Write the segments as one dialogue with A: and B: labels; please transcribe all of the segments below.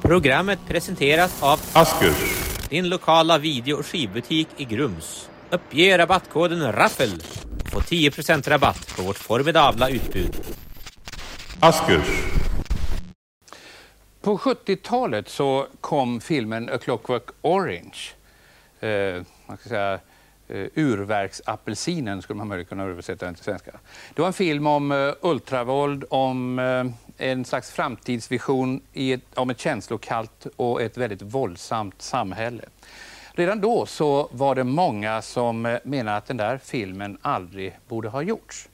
A: Programmet presenteras av
B: Askers.
A: din lokala video och skivbutik i Grums. Uppge rabattkoden RAFFEL och få 10% rabatt på vårt formidabla utbud.
B: Askers.
C: På 70-talet så kom filmen A Clockwork Orange. Eh, man ska säga, eh, urverksapelsinen skulle man möjligen kunna översätta den till svenska. Det var en film om eh, ultravåld, om eh, en slags framtidsvision i ett, om ett känslokallt och ett väldigt våldsamt samhälle. Redan då så var det många som eh, menade att den där filmen aldrig borde ha gjorts.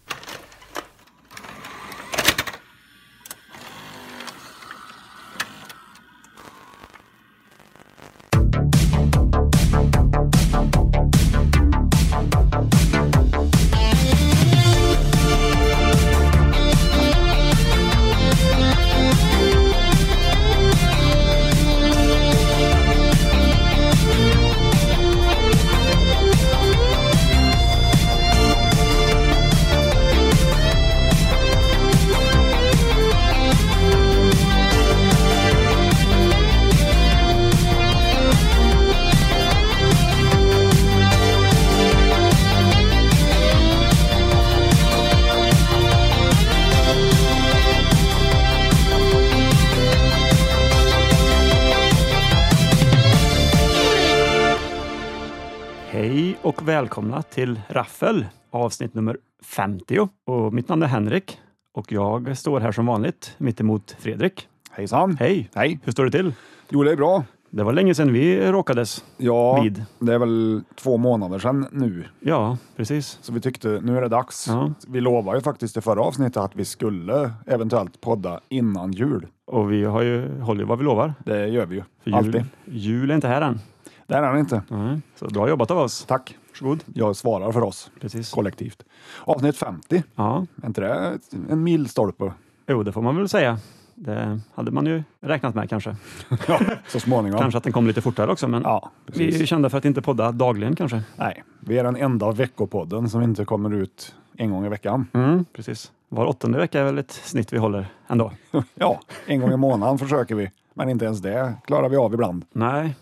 D: Hej och välkomna till Raffel avsnitt nummer 50. Och mitt namn är Henrik och jag står här som vanligt mittemot Fredrik.
E: Hejsan!
D: Hej!
E: Hej!
D: Hur står det till?
E: Jo, det är bra.
D: Det var länge sedan vi råkades.
E: Ja,
D: Vid.
E: det är väl två månader sedan nu,
D: Ja, precis.
E: så vi tyckte nu är det dags.
D: Ja.
E: Vi lovade ju faktiskt i förra avsnittet att vi skulle eventuellt podda innan jul.
D: Och vi har ju, håller ju vad vi lovar.
E: Det gör vi ju,
D: För jul,
E: alltid.
D: jul är inte här än.
E: Där är han inte.
D: Nej, Så bra jobbat av oss.
E: Tack.
D: Varsågod.
E: Jag svarar för oss
D: Precis.
E: kollektivt. Avsnitt 50,
D: Ja,
E: är inte det ett- en milstolpe?
D: jo, det får man väl säga. Det hade man ju räknat med kanske.
E: Ja, så småningom.
D: Kanske att den kom lite fortare också, men
E: Ja,
D: vi är ju
E: precis.
D: kända för att inte podda dagligen kanske.
E: Nej, vi är den enda veckopodden som inte kommer ut en gång i veckan.
D: Mm, precis. Var åttonde vecka är väl ett snitt vi håller ändå.
E: Ja, en gång i månaden försöker vi, men inte ens det klarar vi av ibland.
D: Nej,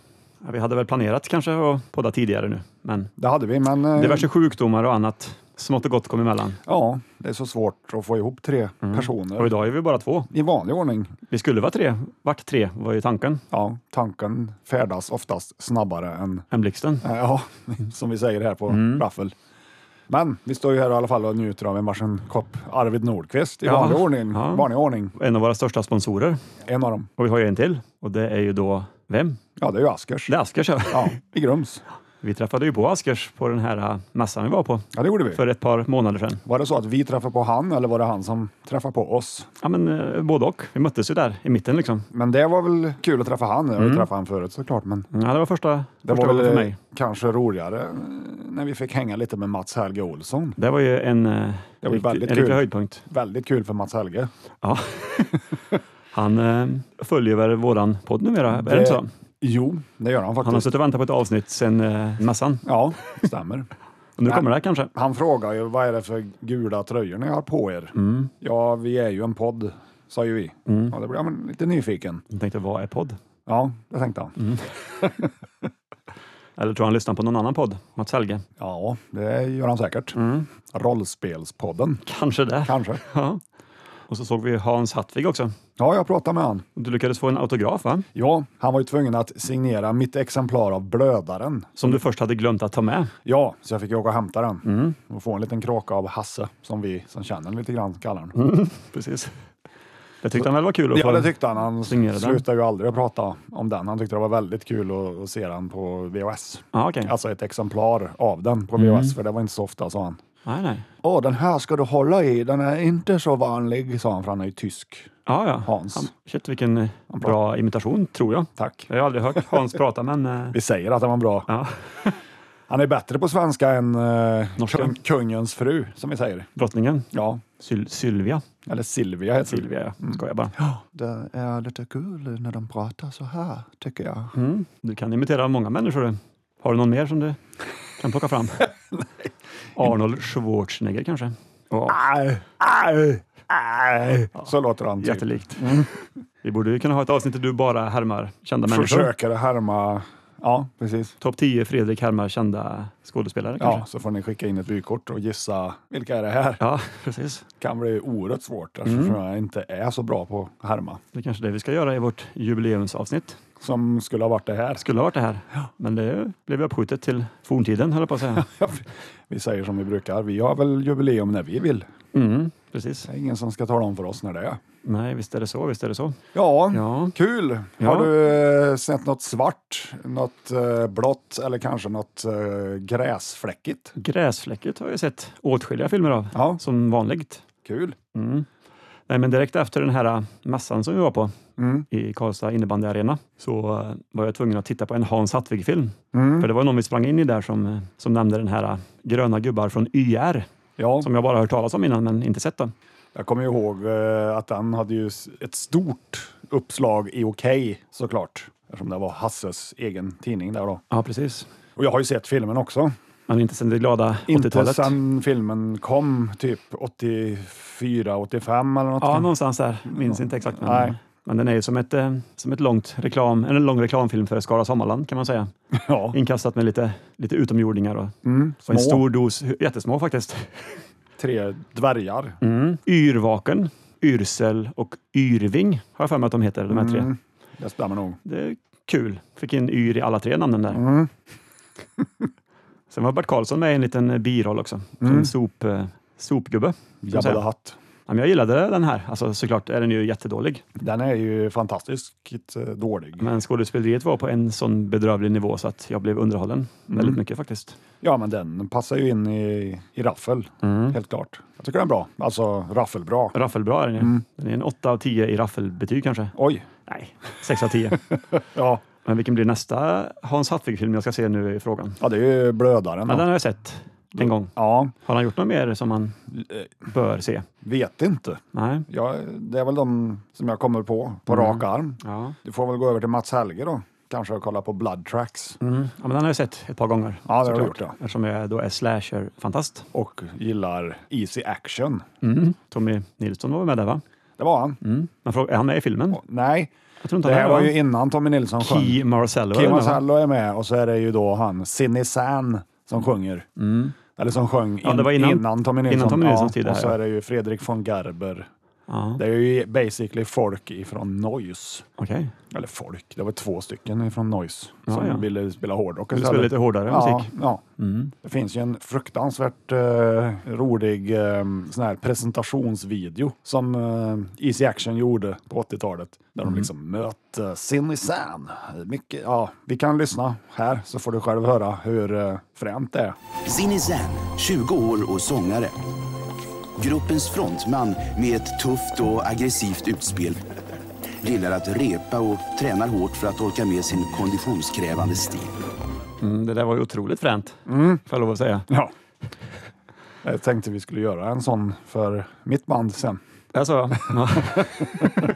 D: ja, vi hade väl planerat kanske att podda tidigare nu, men
E: Det hade vi, men... eh,
D: diverse sjukdomar och annat smått och gott kom emellan.
E: Ja, det är så svårt att få ihop tre
D: Mm. Och
E: personer
D: idag är vi bara två.
E: i vanlig ordning.
D: Vi skulle vara tre, vart tre var ju tanken,
E: Ja, tanken färdas oftast snabbare än,
D: än blixten.
E: eh, ja, som vi säger här på
D: Mm.
E: Raffel. Men vi står ju här i alla fall och njuter av en varsin kopp Arvid Nordqvist i
D: Ja.
E: vanlig ordning.
D: Ja.
E: Vanlig ordning.
D: En av våra största sponsorer.
E: En av dem.
D: Och vi har ju en till och det är ju då vem?
E: Ja, det är ju Askers.
D: Det är Askers. Ja.
E: Ja, i Grums.
D: Vi träffade ju på Askers på den här äh, mässan vi var på
E: Ja, det gjorde vi.
D: för ett par månader sedan.
E: Var det så att vi träffade på han eller var det han som träffade på oss?
D: Ja, men eh, både och. Vi möttes ju där i mitten liksom.
E: Men det var väl kul att träffa han. Jag
D: Mm.
E: har ju träffat han förut såklart, men
D: Ja, det var första,
E: det
D: första
E: var
D: gången
E: väl
D: för
E: eh,
D: mig.
E: kanske roligare eh, när vi fick hänga lite med Mats Helge Olsson.
D: Det var ju en, eh,
E: Det var
D: riktig- en
E: väldigt
D: riktig
E: kul.
D: höjdpunkt.
E: Väldigt kul för Mats Helge.
D: Ja. Han eh, följer väl våran podd numera, är det inte så?
E: Jo, det gör han
D: Han har
E: faktiskt.
D: suttit och väntat på ett avsnitt sedan eh, mässan.
E: Ja, stämmer.
D: Och nu
E: Nej.
D: kommer det här kanske.
E: Han frågar ju vad är det för gula tröjor ni har på er? Ja, vi är ju en podd, sa ju vi. Ja, det blev man lite nyfiken.
D: Jag tänkte, vad är podd?
E: Ja, det tänkte han.
D: Eller tror han lyssnar på någon annan podd? Mats Helge?
E: Ja, det gör han säkert. Rollspelspodden,
D: Kanske det.
E: kanske.
D: Ja. Och så såg vi Hans Hattvig också.
E: Ja, jag pratade med han.
D: Du lyckades få en autograf, va?
E: Ja, han var ju tvungen att signera mitt exemplar av Blödaren.
D: Som du först hade glömt att ta med.
E: Ja, så jag fick ju åka och hämta den
D: Mm.
E: och få en liten kråka av Hasse, som vi som känner honom lite grann kallar honom.
D: Mm. Precis. Det tyckte han väl var kul att
E: Ja,
D: få.
E: det tyckte han. Han
D: signera den.
E: slutade ju aldrig att prata om den. Han tyckte det var väldigt kul att, att se den på VHS.
D: Ja, okej.
E: Alltså ett exemplar av den på
D: Mm.
E: VHS, för det var inte så ofta, sa han.
D: Nej, nej.
E: Åh, den här ska du hålla i. Den är inte så vanlig, sa han, för han är ju tysk.
D: Ja, ja.
E: Hans.
D: Han, shit, vilken eh, bra imitation, tror jag.
E: Tack.
D: Jag har aldrig hört Hans prata, men... eh,
E: Vi säger att den var bra.
D: Ja.
E: Han är bättre på svenska än eh,
D: Norska.
E: kung, kungens fru, som vi säger.
D: Drottningen.
E: Ja,
D: Syl- Sylvia.
E: eller Silvia heter Silvia.
D: Sylvia, ja. Skojar bara.
E: Det är lite kul när de pratar så här, tycker jag.
D: Mm. Du kan imitera många människor. du. Har du någon mer som du kan plocka fram? Arnold Schwarzenegger Ah, kanske? Ja,
E: Aj, aj, aj. Så låter han. Typ.
D: jättelikt. Vi borde ju kunna ha ett avsnitt där du bara härmar kända människor.
E: Försöker härma... Ja, precis.
D: Topp 10 Fredrik härmar kända skådespelare
E: Ja,
D: kanske?
E: så får ni skicka in ett vykort och gissa vilka är det här.
D: Ja, precis.
E: kan bli oerhört svårt eftersom
D: Mm.
E: jag inte är så bra på att härma.
D: Det är kanske det vi ska göra i vårt jubileumsavsnitt.
E: Som skulle ha varit det här.
D: Skulle ha varit det här, men det blev uppskjutet till forntiden, höll jag på att säga.
E: Vi säger som vi brukar, vi har väl jubileum när vi vill.
D: Mm, precis.
E: Det är ingen som ska tala om för oss när det är.
D: Nej, visst är det så. Visst är det så.
E: Ja,
D: Ja.
E: kul!
D: Ja.
E: Har du eh, sett något svart, något eh, blått eller kanske något eh, gräsfläckigt?
D: Gräsfläcket har jag sett åtskilliga filmer av,
E: Ja.
D: som vanligt.
E: Kul!
D: Mm. Nej, men direkt efter den här äh, mässan som vi var på
E: Mm.
D: i Karlstad innebandyarena så eh, var jag tvungen att titta på en Hans Hattvig-film.
E: Mm.
D: För det var någon vi sprang in i där som, eh, som nämnde den här eh, Gröna gubbar från YR
E: Ja,
D: som jag bara hört talas om innan men inte sett den.
E: jag kommer ihåg eh, att den hade ju s- ett stort uppslag i Okej såklart. Eftersom det var Hasses egen tidning där då.
D: Ja, precis.
E: Och jag har ju sett filmen också.
D: Men inte sen det glada
E: Inte
D: 80-talet.
E: sen filmen kom, typ 84, 85 eller något.
D: Ja, någonstans där. Minns inte exakt. Men, äh,
E: Nej.
D: men den är ju som, ett, eh, som ett långt reklam, eller en lång reklamfilm för Skara Sommarland kan man säga.
E: ja.
D: Inkastat med lite, lite utomjordingar och,
E: Mm,
D: och
E: små.
D: en stor dos, jättesmå faktiskt.
E: Tre dvärgar.
D: Mm. Yrvaken, Yrsel och Yrving har jag för mig att de heter, de här tre.
E: Mm, det stämmer nog.
D: Det är kul. Fick in yr i alla tre namnen där.
E: Mm.
D: Sen var Bert Karlsson med i en liten eh, biroll också, som
E: Mm.
D: sop, eh, sopgubbe. Ska man
E: Jabba the
D: säga.
E: Hutt.
D: Ja, men jag gillade den här. Alltså, såklart är den ju jättedålig,
E: Den är ju fantastiskt eh, dålig.
D: men skådespeleriet var på en sån bedrövlig nivå så att jag blev underhållen
E: Mm.
D: väldigt mycket faktiskt.
E: Ja, men den passar ju in i, i raffel, helt klart. Jag tycker den är bra. Alltså raffelbra.
D: Raffelbra är den ju.
E: Mm.
D: Den är en 8 av 10 i raffelbetyg kanske.
E: Oj!
D: Nej, 6 av 10.
E: Ja,
D: men vilken blir nästa Hans Hattvig-film jag ska se nu i frågan?
E: ja det är ju blödaren.
D: Men den
E: då.
D: har jag sett en gång.
E: Ja,
D: Har han gjort något mer som man
E: Eh.
D: bör se?
E: vet inte.
D: Nej.
E: Ja, det är väl de som jag kommer på, på rak arm.
D: Ja.
E: Du får väl gå över till Mats Helge då. Kanske kolla på Blood Tracks.
D: Mm. ja, men den har jag sett ett par gånger.
E: Ja, det har du
D: såklart.
E: gjort, ja.
D: Eftersom jag då är slasher-fantast.
E: och gillar Easy Action.
D: Mm. Tommy Nilsson var med där va?
E: Det var han.
D: Mm. Men fråga, är han med i filmen?
E: Nej,
D: Jag tror inte
E: det
D: han
E: här
D: är
E: var
D: va?
E: ju innan Tommy Nilsson sjöng.
D: Key Marcello.
E: Kim
D: eller vad?
E: Marcello är med och så är det ju då han, Cindy San, som sjunger. Eller som sjöng
D: Mm. Ja,
E: in-
D: det var innan-
E: Tommy Nilsson.
D: innan Tommy Nilssons tid det
E: och
D: här,
E: så
D: ja.
E: är det ju Fredrik von Gerber.
D: Ja,
E: Det är ju basically folk ifrån Noise.
D: okej.
E: Eller folk, det var två stycken ifrån Noise
D: Ja,
E: som
D: ja.
E: ville spela hårdrock.
D: Vill
E: istället.
D: spela lite hårdare
E: Ja,
D: musik. Mm.
E: ja. Det finns ju en fruktansvärt eh, rolig eh, sån här presentationsvideo som eh, Easy Action gjorde på 80-talet. Där
D: Mm.
E: de liksom mötte Cindy San. Mycket, ja, vi kan lyssna här så får du själv höra hur eh, fränt det är.
F: Zinni Zan, 20 år och sångare. Gruppens frontman med ett tufft och aggressivt utspel. Gillar att repa och tränar hårt för att orka med sin konditionskrävande stil.
D: Mm, det där var ju otroligt fränt,
E: Mm.
D: får jag lov att säga.
E: Ja. Jag tänkte vi skulle göra en sån för mitt band sen.
D: Det sa jag. Ja.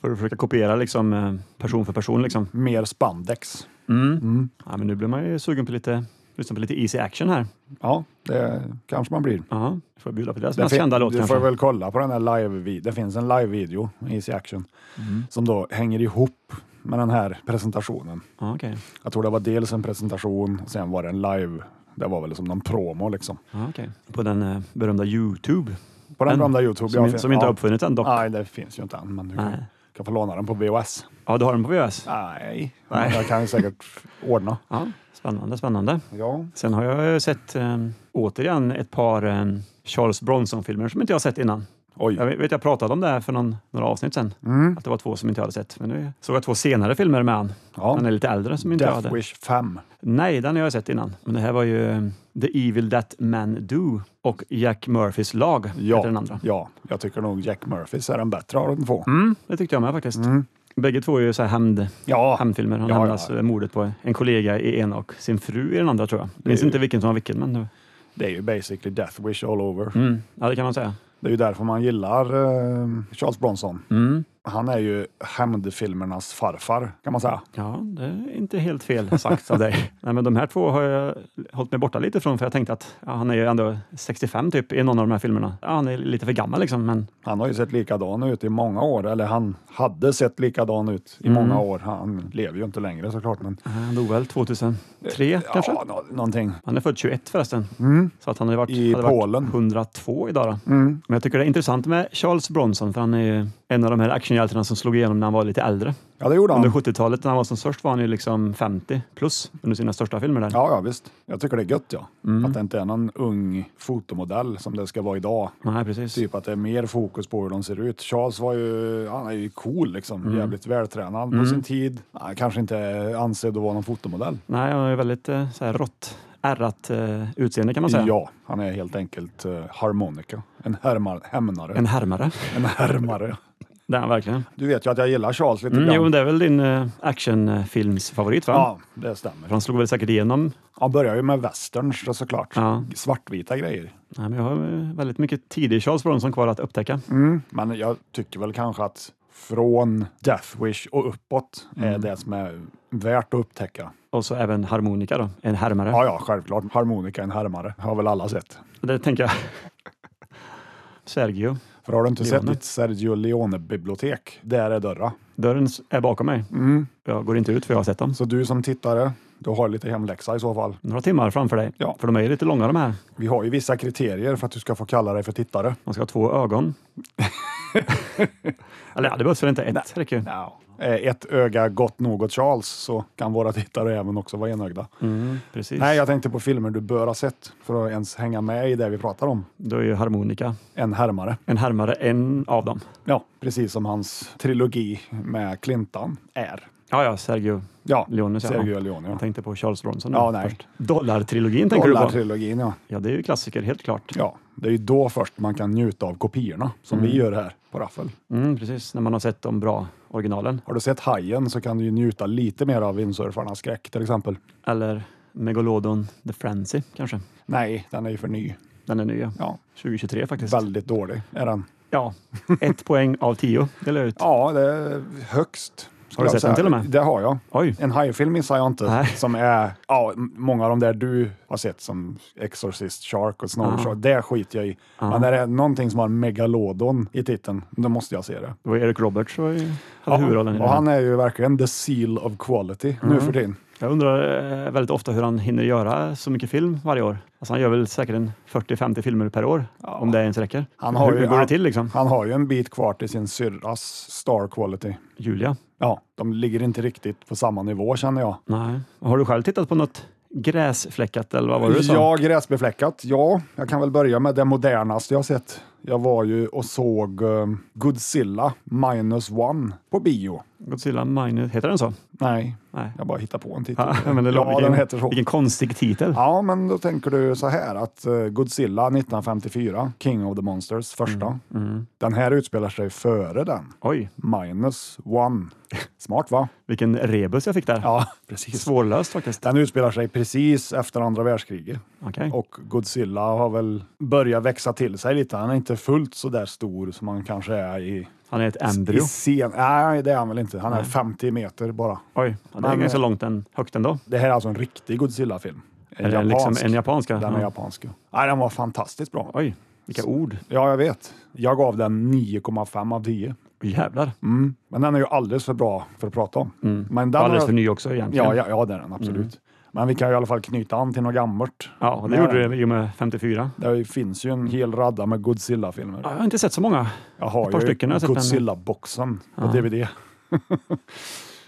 D: Får du försöka kopiera liksom, eh, person för person. Liksom.
E: Mer spandex.
D: Ja, men nu blir man ju sugen på lite, lyssna på lite easy action här.
E: Ja, det kanske man blir.
D: Ja, får jag bjuda på deras
E: Det
D: mest
E: fin-
D: kända låt
E: du får
D: kanske.
E: väl kolla på den här live Det finns en live-video, Easy Action, som då hänger ihop med den här presentationen.
D: Ja, okej.
E: Jag tror det var dels en presentation, och sen var det en live. Det var väl som någon promo liksom.
D: Ja, okej. På den eh, berömda Youtube.
E: På den
D: Den
E: gamla Youtube.
D: Som,
E: jag-
D: som inte
E: ja.
D: har uppfunnits än dock.
E: Nej, det finns ju inte än, men du kan,
D: Nej.
E: kan få låna den på VHS.
D: Ja, du har den på VHS?
E: Nej,
D: Nej.
E: Men jag kan ju säkert ordna.
D: Ja, spännande, spännande.
E: Ja.
D: Sen har jag eh, sett eh, återigen ett par eh, Charles Bronson-filmer som inte jag har sett innan.
E: Oj,
D: Jag vet, jag pratade om det här för någon, några avsnitt sedan, att det var två som inte jag hade sett. Men nu såg jag två senare filmer med han.
E: Ja.
D: Han är lite äldre som inte jag hade.
E: Death Wish 5.
D: Nej, den har jag sett innan. Men det här var ju eh, The Evil That Men Do och Jack Murphys lag,
E: Ja,
D: heter den andra.
E: ja, jag tycker nog Jack Murphys är den bättre av de två.
D: Mm, det tyckte jag med faktiskt. Bägge två är ju så här hämnd,
E: Ja.
D: hämndfilmer. Han
E: Mm. Ja, ja.
D: hämnas eh, mordet på en kollega i ena och sin fru i den andra tror jag. Jag minns
E: ju-
D: inte vilken som var vilken, men det-
E: Det är ju basically Death Wish all over.
D: mm, ja, det kan man säga.
E: Det är ju därför man gillar eh, Charles Bronson. Han är ju hämndfilmernas farfar, kan man säga.
D: Ja, det är inte helt fel sagt av dig. Nej, men de här två har jag hållit mig borta lite från för jag tänkte att ja, han är ju ändå 65 typ i någon av de här filmerna. Ja, han är lite för gammal liksom, men
E: Han har ju sett likadan ut i många år, eller han hade sett likadan ut i många år. Han lever ju inte längre såklart, men
D: eh, han dog väl 2003 kanske?
E: ja, nå- någonting.
D: Han är född 21 förresten, så att han har ju varit,
E: Mm. I
D: hade varit
E: Polen. Mm.
D: 102 idag. Då. Men jag tycker det är intressant med Charles Bronson, för han är ju en av de här actionhjältarna som slog igenom när han var lite äldre.
E: Ja, det gjorde han.
D: Under 70-talet när han var som störst var han ju liksom 50 plus under sina största filmer där.
E: Ja, ja, visst. Jag tycker det är gött, ja. Att det inte är någon ung fotomodell som det ska vara idag.
D: Nej, precis.
E: Typ att det är mer fokus på hur de ser ut. Charles var ju, han är ju cool liksom, jävligt vältränad på sin tid. Han kanske inte ansedd att vara någon fotomodell.
D: Nej, han har ju väldigt eh, så här rått, ärrat eh, utseende kan man säga.
E: Ja, han är helt enkelt uh, harmonika. En härmar, hämnare.
D: En
E: En,
D: härmare.
E: härmare.
D: Det är han verkligen.
E: Du vet ju att jag gillar Charles lite
D: Mm,
E: grann.
D: jo, men det är väl din eh, actionfilmsfavorit va?
E: Ja, det stämmer.
D: Han slog väl säkert igenom.
E: Han börjar ju med westerns då såklart.
D: Ja.
E: Svartvita grejer.
D: Nej, men jag har eh, väldigt mycket tidig Charles Bronson kvar att upptäcka.
E: Mm. Men jag tycker väl kanske att från Death Wish och uppåt är
D: Mm.
E: det som är värt att upptäcka.
D: Och så även harmonika då, en härmare.
E: Ja, ja, självklart. Harmonika är en härmare. Har väl alla sett.
D: Det tänker jag. Sergio.
E: För har du inte sett
D: Leone.
E: ditt Sergio Leone-bibliotek? Där är dörra.
D: Dörren s- är bakom mig.
E: Mm.
D: Jag går inte ut för jag har sett dem.
E: Så du som tittare, du har lite hemläxa i så fall.
D: Några timmar framför dig.
E: Ja.
D: För de är ju lite långa de här.
E: Vi har ju vissa kriterier för att du ska få kalla dig för tittare.
D: Man ska ha två ögon. Eller ja, det behövs väl inte ett. räcker ju.
E: Är Eh, ett öga gott nog åt Charles så kan våra tittare även också vara enögda.
D: Mm, precis.
E: Nej, jag tänkte på filmer du bör ha sett för att ens hänga med i det vi pratar om.
D: Då är ju harmonika
E: En härmare.
D: en härmare en av dem.
E: Ja, precis som hans trilogi med Clintan är.
D: Ja, ja, Sergio
E: Ja,
D: Leone. säger jag.
E: Sergio Leone.
D: Jag
E: Ja.
D: tänkte på Charles Bronson.
E: Ja,
D: nu
E: nej.
D: först. Dollartrilogin tänker du på?
E: Dollartrilogin, ja.
D: Ja, det är ju klassiker, helt klart.
E: Ja, det är ju då först man kan njuta av kopiorna som vi gör här på Raffel.
D: Mm, precis, när man har sett de bra originalen.
E: Har du sett Hajen så kan du ju njuta lite mer av Vindsurfarnas skräck till exempel.
D: Eller Megalodon The Frenzy kanske.
E: Nej, den är ju för ny.
D: Den är ny, ja.
E: Ja,
D: 2023 faktiskt.
E: väldigt dålig är den.
D: Ja, ett poäng av tio delar jag ut.
E: Ja, det är högst.
D: Har du sett den till och med?
E: Det har jag.
D: Oj,
E: En hajfilm missar jag inte,
D: Nej.
E: som är ja, m- många av de där du har sett som Exorcist Shark och Snow Shark. Det skiter jag i. Men när det är någonting som har Megalodon i titeln, då måste jag se det.
D: det var Eric Roberts som hade huvudrollen i
E: och
D: den.
E: han
D: här. Mm.
E: är ju verkligen the seal of quality nu för tiden.
D: Jag undrar eh, väldigt ofta hur han hinner göra så mycket film varje år. Alltså han gör väl säkert en 40-50 filmer per år, om det ens räcker.
E: Han har
D: hur,
E: ju-
D: hur går
E: han-
D: det till liksom?
E: Han har ju en bit kvar till sin syrras star quality.
D: Julia?
E: Ja, de ligger inte riktigt på samma nivå känner jag.
D: Nej. Har du själv tittat på något gräsfläckat eller vad var det du sa?
E: Ja, gräsbefläckat. Ja, jag kan väl börja med det modernaste jag sett. Jag var ju och såg eh, Godzilla minus one på bio.
D: Godzilla Minus, heter den så?
E: Nej,
D: Nej.
E: jag bara hittar på en titel.
D: Ja, men det lå-
E: ja, den heter så.
D: Vilken konstig titel.
E: Ja, men då tänker du så här att eh, Godzilla 1954, King of the Monsters, första.
D: Mm,
E: Den här utspelar sig före den.
D: Oj,
E: Minus one. Smart va?
D: vilken rebus jag fick där.
E: Ja, precis.
D: Svårlöst faktiskt.
E: Den utspelar sig precis efter andra världskriget
D: Okej.
E: och Godzilla har väl börjat växa till sig lite. Han är inte fullt så där stor som han kanske är i,
D: Han är ett
E: i
D: embryo.
E: sen... Nej, det är han väl inte. Han är 50 meter bara.
D: Oj, ja, det är
E: Men,
D: ganska
E: eh,
D: långt en, högt ändå.
E: Det här är alltså en riktig Godzilla-film. En
D: Är det liksom en japansk? ja?
E: Den är japansk. ja. Nej, den var fantastiskt bra.
D: Oj, vilka ord.
E: Ja, jag vet. Jag gav den 9,5 av 10.
D: Jävlar.
E: Mm. Men den är ju alldeles för bra för att prata om. Men den
D: Mm. Alldeles
E: har-
D: för ny Mm. också egentligen.
E: Ja, ja, ja, det är den absolut. Men vi kan ju i alla fall knyta an till något gammalt.
D: Ja, och det
E: Med
D: gjorde det i och med 54.
E: Det finns ju en hel radda med Godzilla-filmer.
D: Ja, Jag har inte sett så många.
E: Jag har
D: ett par
E: ju
D: stycken har jag sett, men-
E: Godzilla-boxen på DVD.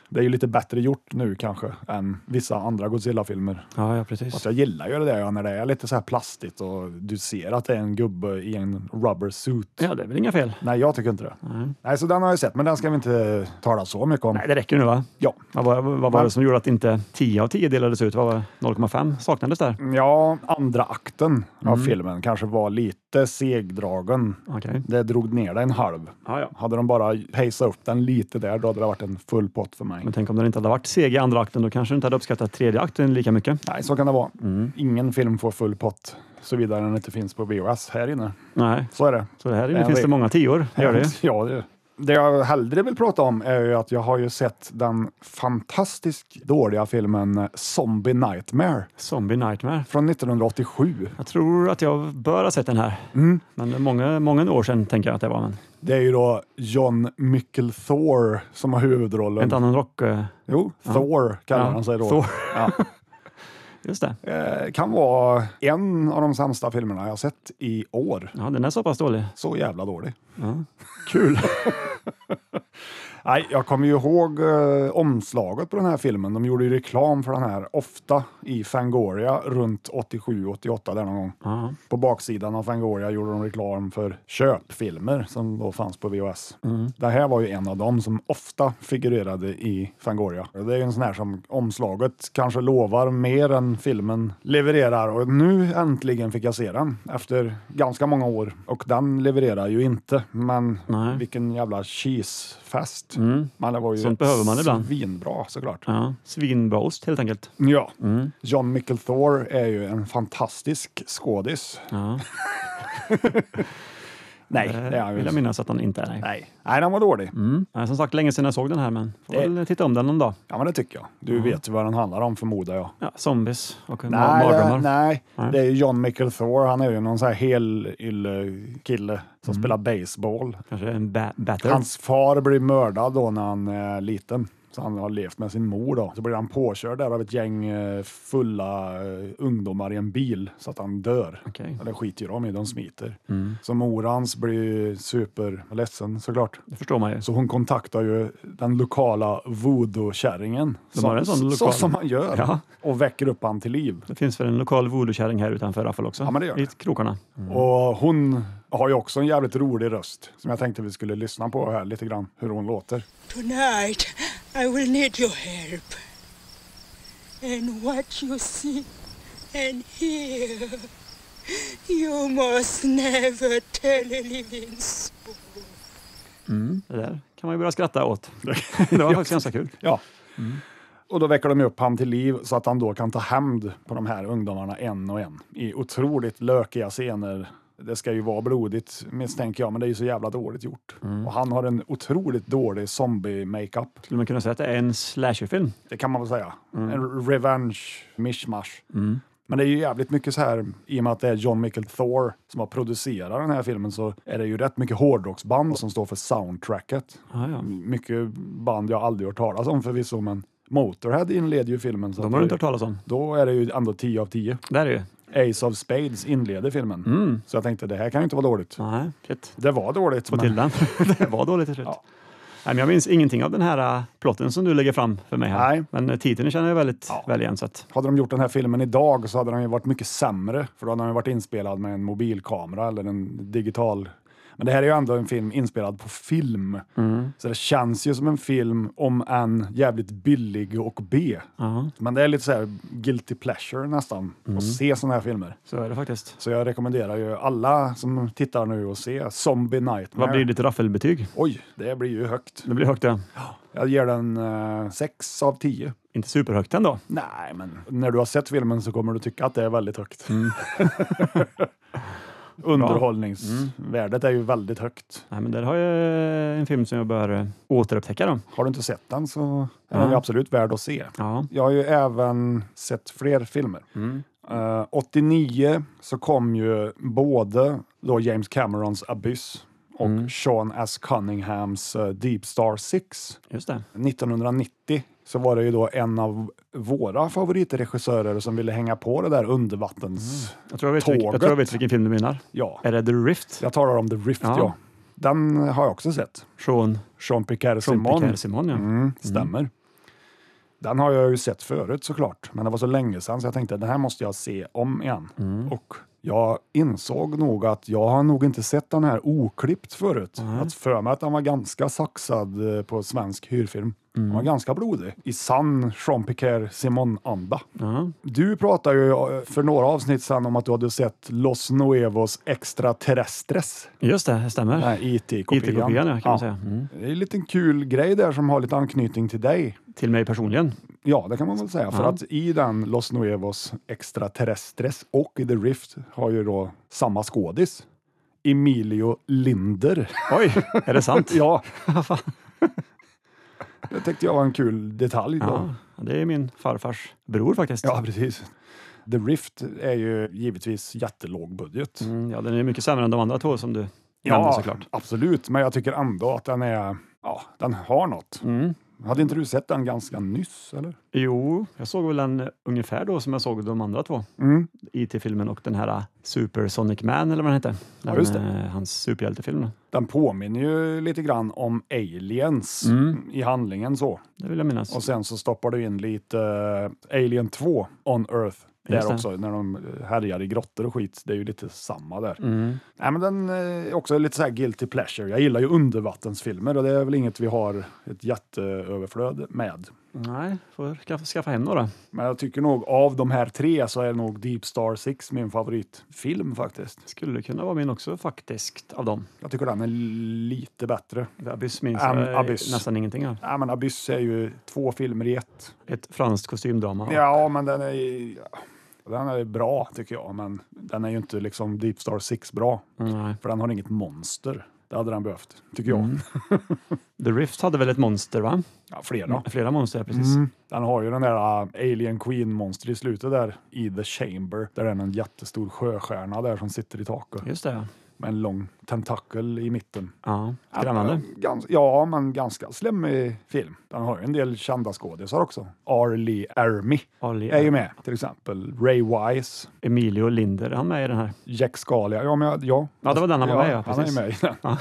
E: det är ju lite bättre gjort nu kanske än vissa andra Godzilla-filmer.
D: Ja, ja
E: Fast
D: precis.
E: jag gillar ju det där ja, när det är lite så här plastigt och du ser att det är en gubbe i en rubber suit.
D: Ja, det är väl inga fel.
E: Nej, jag tycker inte det. Nej, så den har jag sett, men den ska vi inte tala så mycket om.
D: Nej, det räcker nu va?
E: Ja.
D: Vad var, vad var det som gjorde att inte 10 av 10 delades ut? Vad var det? 0,5 saknades där?
E: ja, andra akten av
D: Mm.
E: filmen kanske var lite segdragen.
D: Okej.
E: Det drog ner den en halv.
D: Ja, ja.
E: Hade de bara pejsat upp den lite där, då hade det varit en full pott för mig.
D: Men tänk om den inte hade varit seg i andra akten, då kanske du inte hade uppskattat tredje akten lika mycket.
E: Nej, så kan det vara.
D: Mm.
E: Ingen film får full pott såvida den inte finns på VHS här inne.
D: Nej,
E: Så är det.
D: så det här
E: Nej,
D: inne finns
E: det-
D: det många tior. Det Gör det ju.
E: Ja, det Det jag hellre vill prata om är ju att jag har ju sett den fantastiskt dåliga filmen Zombie Nightmare
D: Zombie Nightmare.
E: från 1987.
D: Jag tror att jag bör ha sett den här. Men det är många, många år sedan tänker jag att det var. Men
E: Det är ju då John Micklethor som har huvudrollen.
D: inte annan rock... eh,
E: Jo, Thor kallar
D: Ja,
E: han sig då.
D: Thor.
E: Ja.
D: Just det.
E: Eh, kan vara en av de sämsta filmerna jag sett i år.
D: Ja, den är så pass dålig.
E: Så jävla dålig.
D: Kul!
E: Nej, jag kommer ju ihåg eh, omslaget på den här filmen. De gjorde ju reklam för den här ofta i Fangoria runt 87-88 där någon gång.
D: Ja,
E: På baksidan av Fangoria gjorde de reklam för köpfilmer som då fanns på VHS. Det här var ju en av dem som ofta figurerade i Fangoria. Det är ju en sån här som omslaget kanske lovar mer än filmen levererar och nu äntligen fick jag se den efter ganska många år och den levererar ju inte. Men
D: Nej. Mm.
E: vilken jävla cheesefest. Men det var ju
D: Sånt behöver man ibland.
E: svinbra såklart.
D: ja. Mm. Svinroast helt enkelt.
E: Ja. John Micklethor är ju en fantastisk skådis.
D: Ja. Eh,
E: Nej, det är han ju
D: vill jag
E: inte.
D: minnas att han inte är. Nej.
E: Nej. Nej, den var dålig.
D: Mm. Nej, Som sagt, länge sedan jag såg den här, men får
E: Eh.
D: väl titta om den någon dag.
E: Ja, men det tycker jag. Du
D: Mm.
E: vet ju vad den handlar om förmodar jag.
D: Ja, zombies och ma-
E: Nej, det,
D: mardrömmar.
E: nej.
D: Nej.
E: det är ju John Micklethor. Han är ju någon sån här helylle-kille som
D: Mm.
E: spelar baseball.
D: Kanske en ba- batter.
E: Hans far blir mördad då när han är liten. Så han har levt med sin mor då. Så blir han påkörd där av ett gäng eh, fulla eh, ungdomar i en bil så att han dör.
D: Okej. Mm.
E: Ja, det skiter ju de i, de smiter. Så morans blir ju superledsen såklart.
D: Det förstår man ju.
E: Så hon kontaktar ju den lokala voodoo-kärringen.
D: De
E: Som-
D: har en sån
E: Så
D: lokal.
E: som man gör.
D: Ja.
E: Och väcker upp han till liv.
D: Det finns väl en lokal voodoo-kärring här utanför Raffel också?
E: Ja, men det Mm. gör
D: I
E: det.
D: krokarna.
E: Och hon har ju också en jävligt rolig röst. Som jag tänkte vi skulle lyssna på här lite grann. Hur hon låter.
G: Tonight, I will need your help. And what you see and hear, you must never tell a living soul.
D: Det där kan man ju börja skratta åt. Det var faktiskt ganska kul.
E: Ja. Mm. Och då väcker de ju upp han till liv så att han då kan ta hämnd på de här ungdomarna en och en. I otroligt lökiga scener. Det ska ju vara blodigt misstänker jag, men det är ju så jävla dåligt gjort. Och han har en otroligt dålig zombie-makeup.
D: Skulle man kunna säga att det är en slasherfilm?
E: Det kan man väl säga.
D: Mm.
E: En revenge mishmash. Men det är ju jävligt mycket så här, i och med att det är John Michael Thor som har producerat den här filmen så är det ju rätt mycket hårdrocksband som står för soundtracket.
D: Ja, ja.
E: Mycket band jag aldrig hört talas om förvisso, men Motorhead inleder ju filmen. Så
D: De
E: att
D: har du
E: det-
D: inte hört talas om.
E: Då är det ju ändå 10 av 10.
D: Där är ju.
E: Ace of Spades inleder filmen. Så jag tänkte, det här kan ju inte vara dåligt.
D: Nej, shit.
E: Det var dåligt.
D: Mm. Få
E: men-
D: till den. Det var dåligt till slut.
E: Ja.
D: Nej, men jag minns ingenting av den här äh, plotten som du lägger fram för mig. här.
E: Nej.
D: Men äh, titeln känner jag väldigt
E: Ja.
D: väl igen. Så att,
E: Hade de gjort den här filmen idag så hade den ju varit mycket sämre, för då hade den ju varit inspelad med en mobilkamera eller en digital. Men det här är ju ändå en film inspelad på film,
D: Mm.
E: så det känns ju som en film om en jävligt billig och B.
D: ja, Mm.
E: Men det är lite så här guilty pleasure nästan, att se sådana här filmer.
D: så är det faktiskt.
E: Så jag rekommenderar ju alla som tittar nu att se Zombie Nightmare.
D: Vad blir ditt raffelbetyg?
E: Oj, det blir ju högt.
D: Det blir högt det.
E: Jag ger den eh, sex av tio.
D: Inte superhögt ändå.
E: Nej, men när du har sett filmen så kommer du tycka att det är väldigt
D: Mm.
E: högt. Underhållningsvärdet är ju väldigt högt.
D: Nej, men där har jag en film som jag bör äh, återupptäcka. Då.
E: Har du inte sett den så är den ju absolut värd att se.
D: Ja.
E: Jag har ju även sett fler filmer. Eh, 89 så kom ju både då James Camerons Abyss och Sean S. Cunninghams eh, Deep Star 6.
D: Just det.
E: 1990 så var det ju då en av våra favoritregissörer som ville hänga på det där undervattens...
D: Jag tror jag, vet vilken, jag
E: Tåget.
D: tror jag vet vilken film du menar.
E: Ja,
D: Är det The Rift?
E: jag talar om The Rift,
D: Ja.
E: ja. Den har jag också sett.
D: Från
E: Jean Picard Simon.
D: Simon. Simon ja.
E: Mm, stämmer. Den har jag ju sett förut såklart, men det var så länge sedan så jag tänkte den här måste jag se om igen.
D: Mm.
E: Och jag insåg nog att jag har nog inte sett den här oklippt förut. Jag för mig att den var ganska saxad eh, på svensk hyrfilm. Den var
D: Mm.
E: ganska blodig. I sann Jean Picard Simon-anda.
D: Ja.
E: Du pratade ju eh, för några avsnitt sedan om att du hade sett Los Nuevos Extraterrestres,
D: Just det, det stämmer.
E: den här IT-kopian.
D: IT-kopian ja, kan man säga. Mm.
E: Det är en liten kul grej där som har lite anknytning till dig.
D: Till mig personligen.
E: Ja, det kan man väl säga. För
D: Ja.
E: att i den Los Nuevos Extraterrestres och i The Rift har ju då samma skådis Emilio Linder.
D: Oj, är det sant?
E: ja. Det tyckte jag var en kul detalj. Då.
D: Ja, det är min farfars bror faktiskt.
E: Ja, precis. The Rift är ju givetvis jättelåg budget.
D: Mm, ja, den är mycket sämre än de andra två som du nämnde såklart.
E: absolut. Men jag tycker ändå att den är, ja, den har något.
D: Mm.
E: Hade inte du sett den ganska nyss? Eller?
D: Jo, jag såg väl den ungefär då som jag såg de andra två.
E: Mm.
D: IT-filmen och den här eh, Super Sonic Man eller vad den hette. Den,
E: just det.
D: eh, Hans superhjältefilm. då.
E: Den påminner ju lite grann om Aliens
D: Mm.
E: i handlingen så.
D: Det vill jag minnas.
E: Och sen så stoppar du in lite eh, Alien 2 on Earth
D: Just
E: där
D: det.
E: också, när de eh, härjar i grottor och skit. Det är ju lite samma där.
D: Mm.
E: Nej, men den eh, är också lite så här guilty pleasure. Jag gillar ju undervattensfilmer och det är väl inget vi har ett jätteöverflöd med.
D: Nej, får skaffa, skaffa hem några.
E: Men jag tycker nog av de här tre så är nog Deep Star 6 min favoritfilm faktiskt.
D: Skulle kunna vara min också faktiskt av dem.
E: Jag tycker den är lite bättre.
D: Abyss minns
E: Am-
D: jag
E: Abyss.
D: nästan ingenting av.
E: Ja, men Abyss är ju två filmer i ett.
D: Ett franskt kostymdrama.
E: Ja, men den är, ja, den är bra tycker jag, men den är ju inte liksom Deep Star 6 bra.
D: Mm, Nej.
E: För den har inget monster. Det hade den behövt, tycker jag.
D: The Rift hade väl ett monster, va?
E: Ja, Mm. flera.
D: Flera monster, ja, precis.
E: Den har ju den där äh, Alien Queen-monster i slutet där, i The Chamber. Där det är en jättestor sjöstjärna där som sitter i taket
D: Just det, ja.
E: med en lång tentakel i mitten.
D: ja. Skrämmande.
E: Gans, ja, men ganska slemmig film. Den har ju en del kända skådisar också. Arlie Ermy
D: Arlie
E: är
D: Ermy.
E: ju med. Till exempel Ray Wise,
D: Emilio Linder, är han med i den här?
E: Jack Scalia. Ja, men, jag- ja.
D: Ja, det var den han var med, ja,
E: han är ju
D: precis.
E: med i den.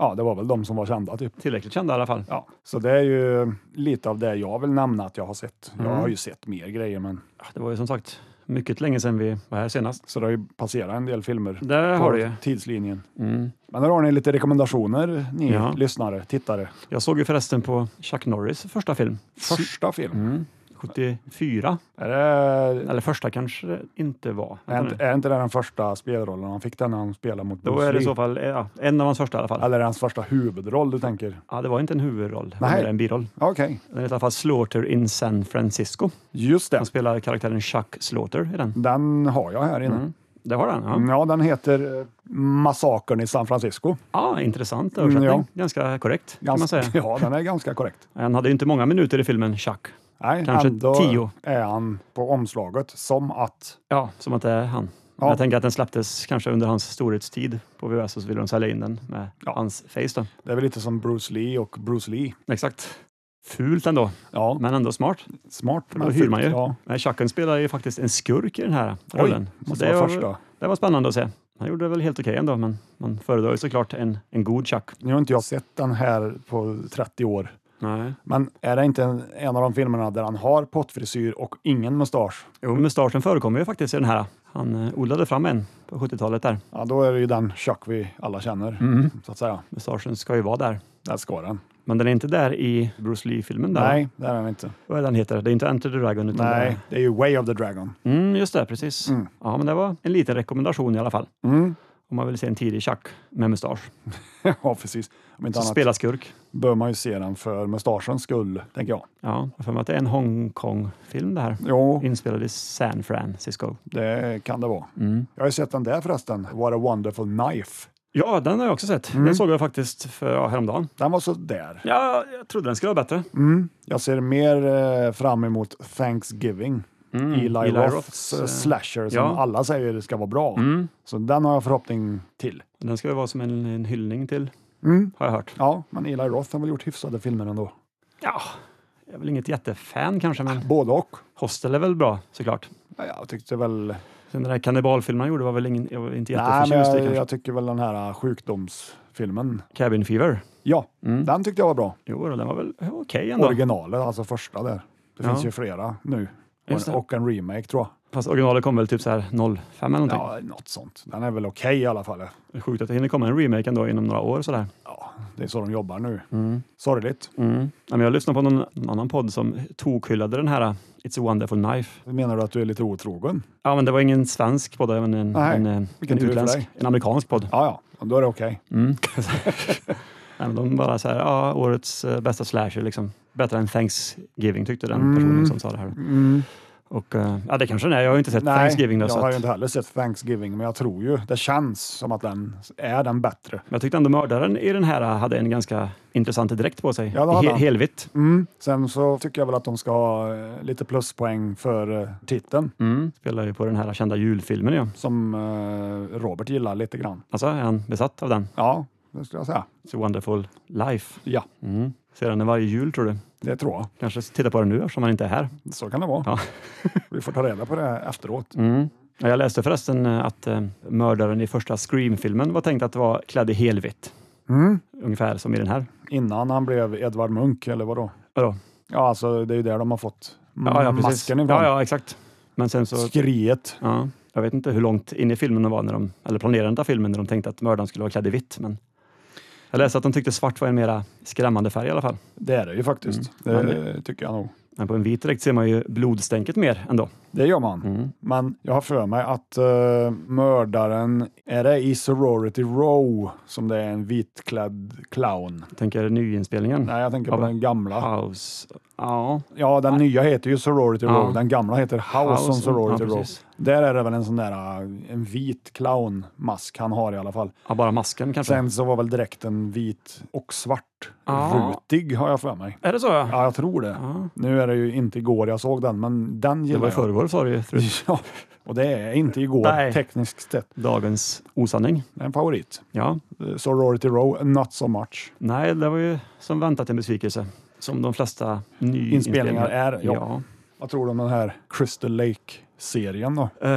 E: Ja. det var väl de som var kända typ.
D: Tillräckligt kända i alla fall.
E: Ja, så det är ju lite av det jag vill nämna att jag har sett. Jag
D: Mm.
E: har ju sett mer grejer, men
D: Det var ju som sagt mycket länge sedan vi var här senast.
E: så det har ju passerat en del filmer
D: Det
E: på
D: har det ju. Mm.
E: tidslinjen. Men här har ni lite rekommendationer, ni
D: Ja.
E: lyssnare, tittare.
D: Jag såg ju förresten på Chuck Norris första film.
E: Första film.
D: Mm. 74.
E: Är det
D: Eller första kanske det inte var.
E: Är
D: Vänta nu.
E: inte, är inte det den första spelrollen han fick den när han spelade mot
D: Då
E: Bruce
D: är det i
E: Lee?
D: så fall ja, en av hans första i alla fall.
E: Eller är det hans första huvudroll du tänker?
D: Ja, det var inte en huvudroll,
E: Nej.
D: utan en biroll.
E: Okej,
D: Den heter i alla fall Slaughter in San Francisco.
E: just det.
D: Han spelar karaktären Chuck Slaughter i den.
E: Den har jag här inne.
D: Mm. Det har han, ja.
E: Ja, den heter eh, Massakern i San Francisco.
D: ja Ah, intressant översättning.
E: Mm,
D: Ganska korrekt, kan man
E: Ganska,
D: säga.
E: ja, den är ganska korrekt.
D: Han hade ju inte många minuter i filmen, Chuck.
E: Nej,
D: Kanske
E: ändå
D: tio.
E: är han på omslaget som att...
D: Ja, som att det är han.
E: Ja.
D: Jag tänker att den släpptes kanske under hans storhetstid på VHS och så ville de sälja in den med hans face. Då.
E: Det är väl lite som Bruce Lee och Bruce Lee.
D: Exakt. Fult ändå,
E: Ja,
D: men ändå smart.
E: smart.
D: För då
E: men
D: hyr man ju.
E: fult, Ja.
D: Men Chucken spelar ju faktiskt en skurk i den här rollen. Så
E: måste vara
D: var,
E: första.
D: det var spännande att se. Han gjorde det väl helt okej ändå, men man föredrar ju såklart en, en god Chuck.
E: Nu har inte jag sett den här på 30 år.
D: Nej.
E: Men är det inte en, en av de filmerna där han har pottfrisyr och ingen mustasch?
D: Jo, mustaschen förekommer ju faktiskt i den här. Han eh, odlade fram en på 70-talet där.
E: Ja, då är det ju den Chuck vi alla känner,
D: Mm.
E: så att säga.
D: Mustaschen ska ju vara där.
E: Där ska den.
D: Men den är inte där i Bruce Lee-filmen där.
E: Nej, det är den inte.
D: Vad är den heter? Det är inte Enter the Dragon utan det är-
E: Nej, det är ju Way of the Dragon.
D: Mm, just det, precis. Ja, men det var en liten rekommendation i alla fall.
E: Mm.
D: Om man vill se en tidig Chuck med mustasch
E: ja, precis. Om inte
D: som
E: annat
D: spelar skurk.
E: bör man ju se den för mustaschens skull, tänker jag.
D: Ja, jag har för mig att det är en Hongkong-film det här.
E: Jo,
D: Inspelad i San Francisco.
E: det kan det vara.
D: Mm.
E: Jag har ju sett den där förresten, What a wonderful knife.
D: Ja, den har jag också sett.
E: Mm.
D: Den såg jag faktiskt för, ja, häromdagen.
E: Den var så där.
D: Ja, jag trodde den skulle vara bättre.
E: Mm. Jag ser mer eh, fram emot Thanksgiving. Eli,
D: Mm, Eli
E: Roths,
D: Roths,
E: eh,
D: eh,
E: slasher som
D: ja. Mm.
E: alla säger ska vara bra. Så den har jag förhoppning till.
D: Den ska ju vara som en, en hyllning till,
E: Mm.
D: har jag hört.
E: Ja, men Eli Roth har väl gjort hyfsade filmer ändå.
D: Ja, jag är väl inget jättefan kanske, men
E: Både och.
D: Hostel är väl bra såklart.
E: Ja, Jag tyckte väl...
D: Sen den där kannibalfilmen han gjorde var väl ingen, jag var inte
E: Nej, men
D: jätteförtjust
E: jag,
D: i kanske.
E: jag tycker väl den här äh, sjukdomsfilmen.
D: Cabin Fever.
E: Ja,
D: Mm.
E: den tyckte jag var bra.
D: Jo, den var väl okej ändå.
E: Originalet, alltså första där. Det
D: Ja.
E: finns ju flera nu. Och
D: Just
E: en,
D: det.
E: och en remake tror jag.
D: Fast originalet kom väl typ så här 05 eller någonting.
E: Ja, något sånt. Den är väl okej i alla fall.
D: Det är Sjukt att det hinner komma en remake ändå inom några år sådär.
E: Ja, det är så de jobbar nu.
D: Mm.
E: Sorgligt.
D: Ja, men jag lyssnade på någon, någon annan podd som tokhyllade den här uh, It's a wonderful knife.
E: Menar du att du är lite otrogen?
D: Ja, men det var ingen svensk podd, men en,
E: Nej,
D: en, en,
E: vilken
D: en
E: tur för
D: utländsk,
E: dig.
D: en amerikansk podd.
E: Ja, ja, men då är det okej.
D: Nej, men de bara så här, ja,
E: Mm.
D: årets eh, bästa slasher liksom. Bättre än Thanksgiving tyckte den personen som sa det här. Och, eh, ja, det kanske den är. Jag har ju inte sett Thanksgiving. Då,
E: jag
D: så
E: har ju
D: att,
E: inte heller sett Thanksgiving, men jag tror ju, det känns som att den är den bättre.
D: men jag tyckte ändå mördaren i den här uh, hade en ganska intressant dräkt på sig.
E: Ja, det hade
D: He-
E: han.
D: helvitt.
E: Mm. Sen så tycker jag väl att de ska ha eh, lite pluspoäng för eh, titeln,
D: Mm. Spelar ju på den här kända julfilmen. Ja.
E: som eh, Robert gillar lite grann.
D: Alltså, är han besatt av den?
E: Ja, det skulle jag säga.
D: It's a wonderful life.
E: Ja,
D: Mm. Ser han den varje jul tror du?
E: det tror jag.
D: Kanske titta på den nu eftersom han inte är här.
E: Så kan det vara.
D: Ja.
E: Vi får ta reda på det efteråt.
D: Mm. Ja, Jag läste förresten eh, att eh, mördaren i första Scream-filmen var tänkt att vara klädd i helvitt.
E: Mm.
D: Ungefär som i den här.
E: Innan han blev Edvard Munch, eller vadå?
D: Vadå?
E: Ja, alltså det är ju där de har fått
D: Ja, ja, precis.
E: masken ifrån.
D: Ja, ja, exakt. Men sen så...
E: Skriet.
D: Ja, jag vet inte hur långt in i filmen de var, när de, eller planerandet av filmen, när de tänkte att mördaren skulle vara klädd i vitt. Men jag läste att de tyckte svart var en mera skrämmande färg i alla fall.
E: Det är det ju faktiskt.
D: Mm.
E: Det, tycker jag nog.
D: Men på en vit dräkt ser man ju blodstänket mer ändå.
E: Det gör man.
D: Mm.
E: Men jag har för mig att eh, mördaren, är det i Sorority Row som det är en vitklädd clown?
D: Jag tänker nyinspelningen.
E: Nej, jag tänker
D: Ja,
E: på
D: men-
E: den gamla.
D: House. Ja,
E: Ja, den nya heter ju Sorority
D: Ja.
E: Row. Den gamla heter House,
D: House,
E: on Sorority
D: ja,
E: Row.
D: precis.
E: Där är det väl en sån där, eh, en vit clownmask han har i alla fall.
D: ja, bara masken kanske.
E: Sen så var väl dräkten vit och svart.
D: Ja.
E: Rutig har jag för mig.
D: Är det så? Ja.
E: Ja, jag tror det.
D: Ja.
E: Nu är det ju inte igår jag såg den, men den
D: Det
E: gillar
D: var i
E: jag.
D: förrgår sa du ju, tror jag.
E: Ja, och det är inte igår
D: Nej.
E: tekniskt sett.
D: Dagens osanning.
E: Det är en favorit.
D: Ja.
E: Eh, Sorority Row, not so much.
D: Nej, det var ju som väntat en besvikelse. Som de flesta
E: Inspelningar
D: nyinspelningar.
E: är, ja.
D: ja.
E: Vad tror du om den här Crystal Lake-serien då?
D: Eh,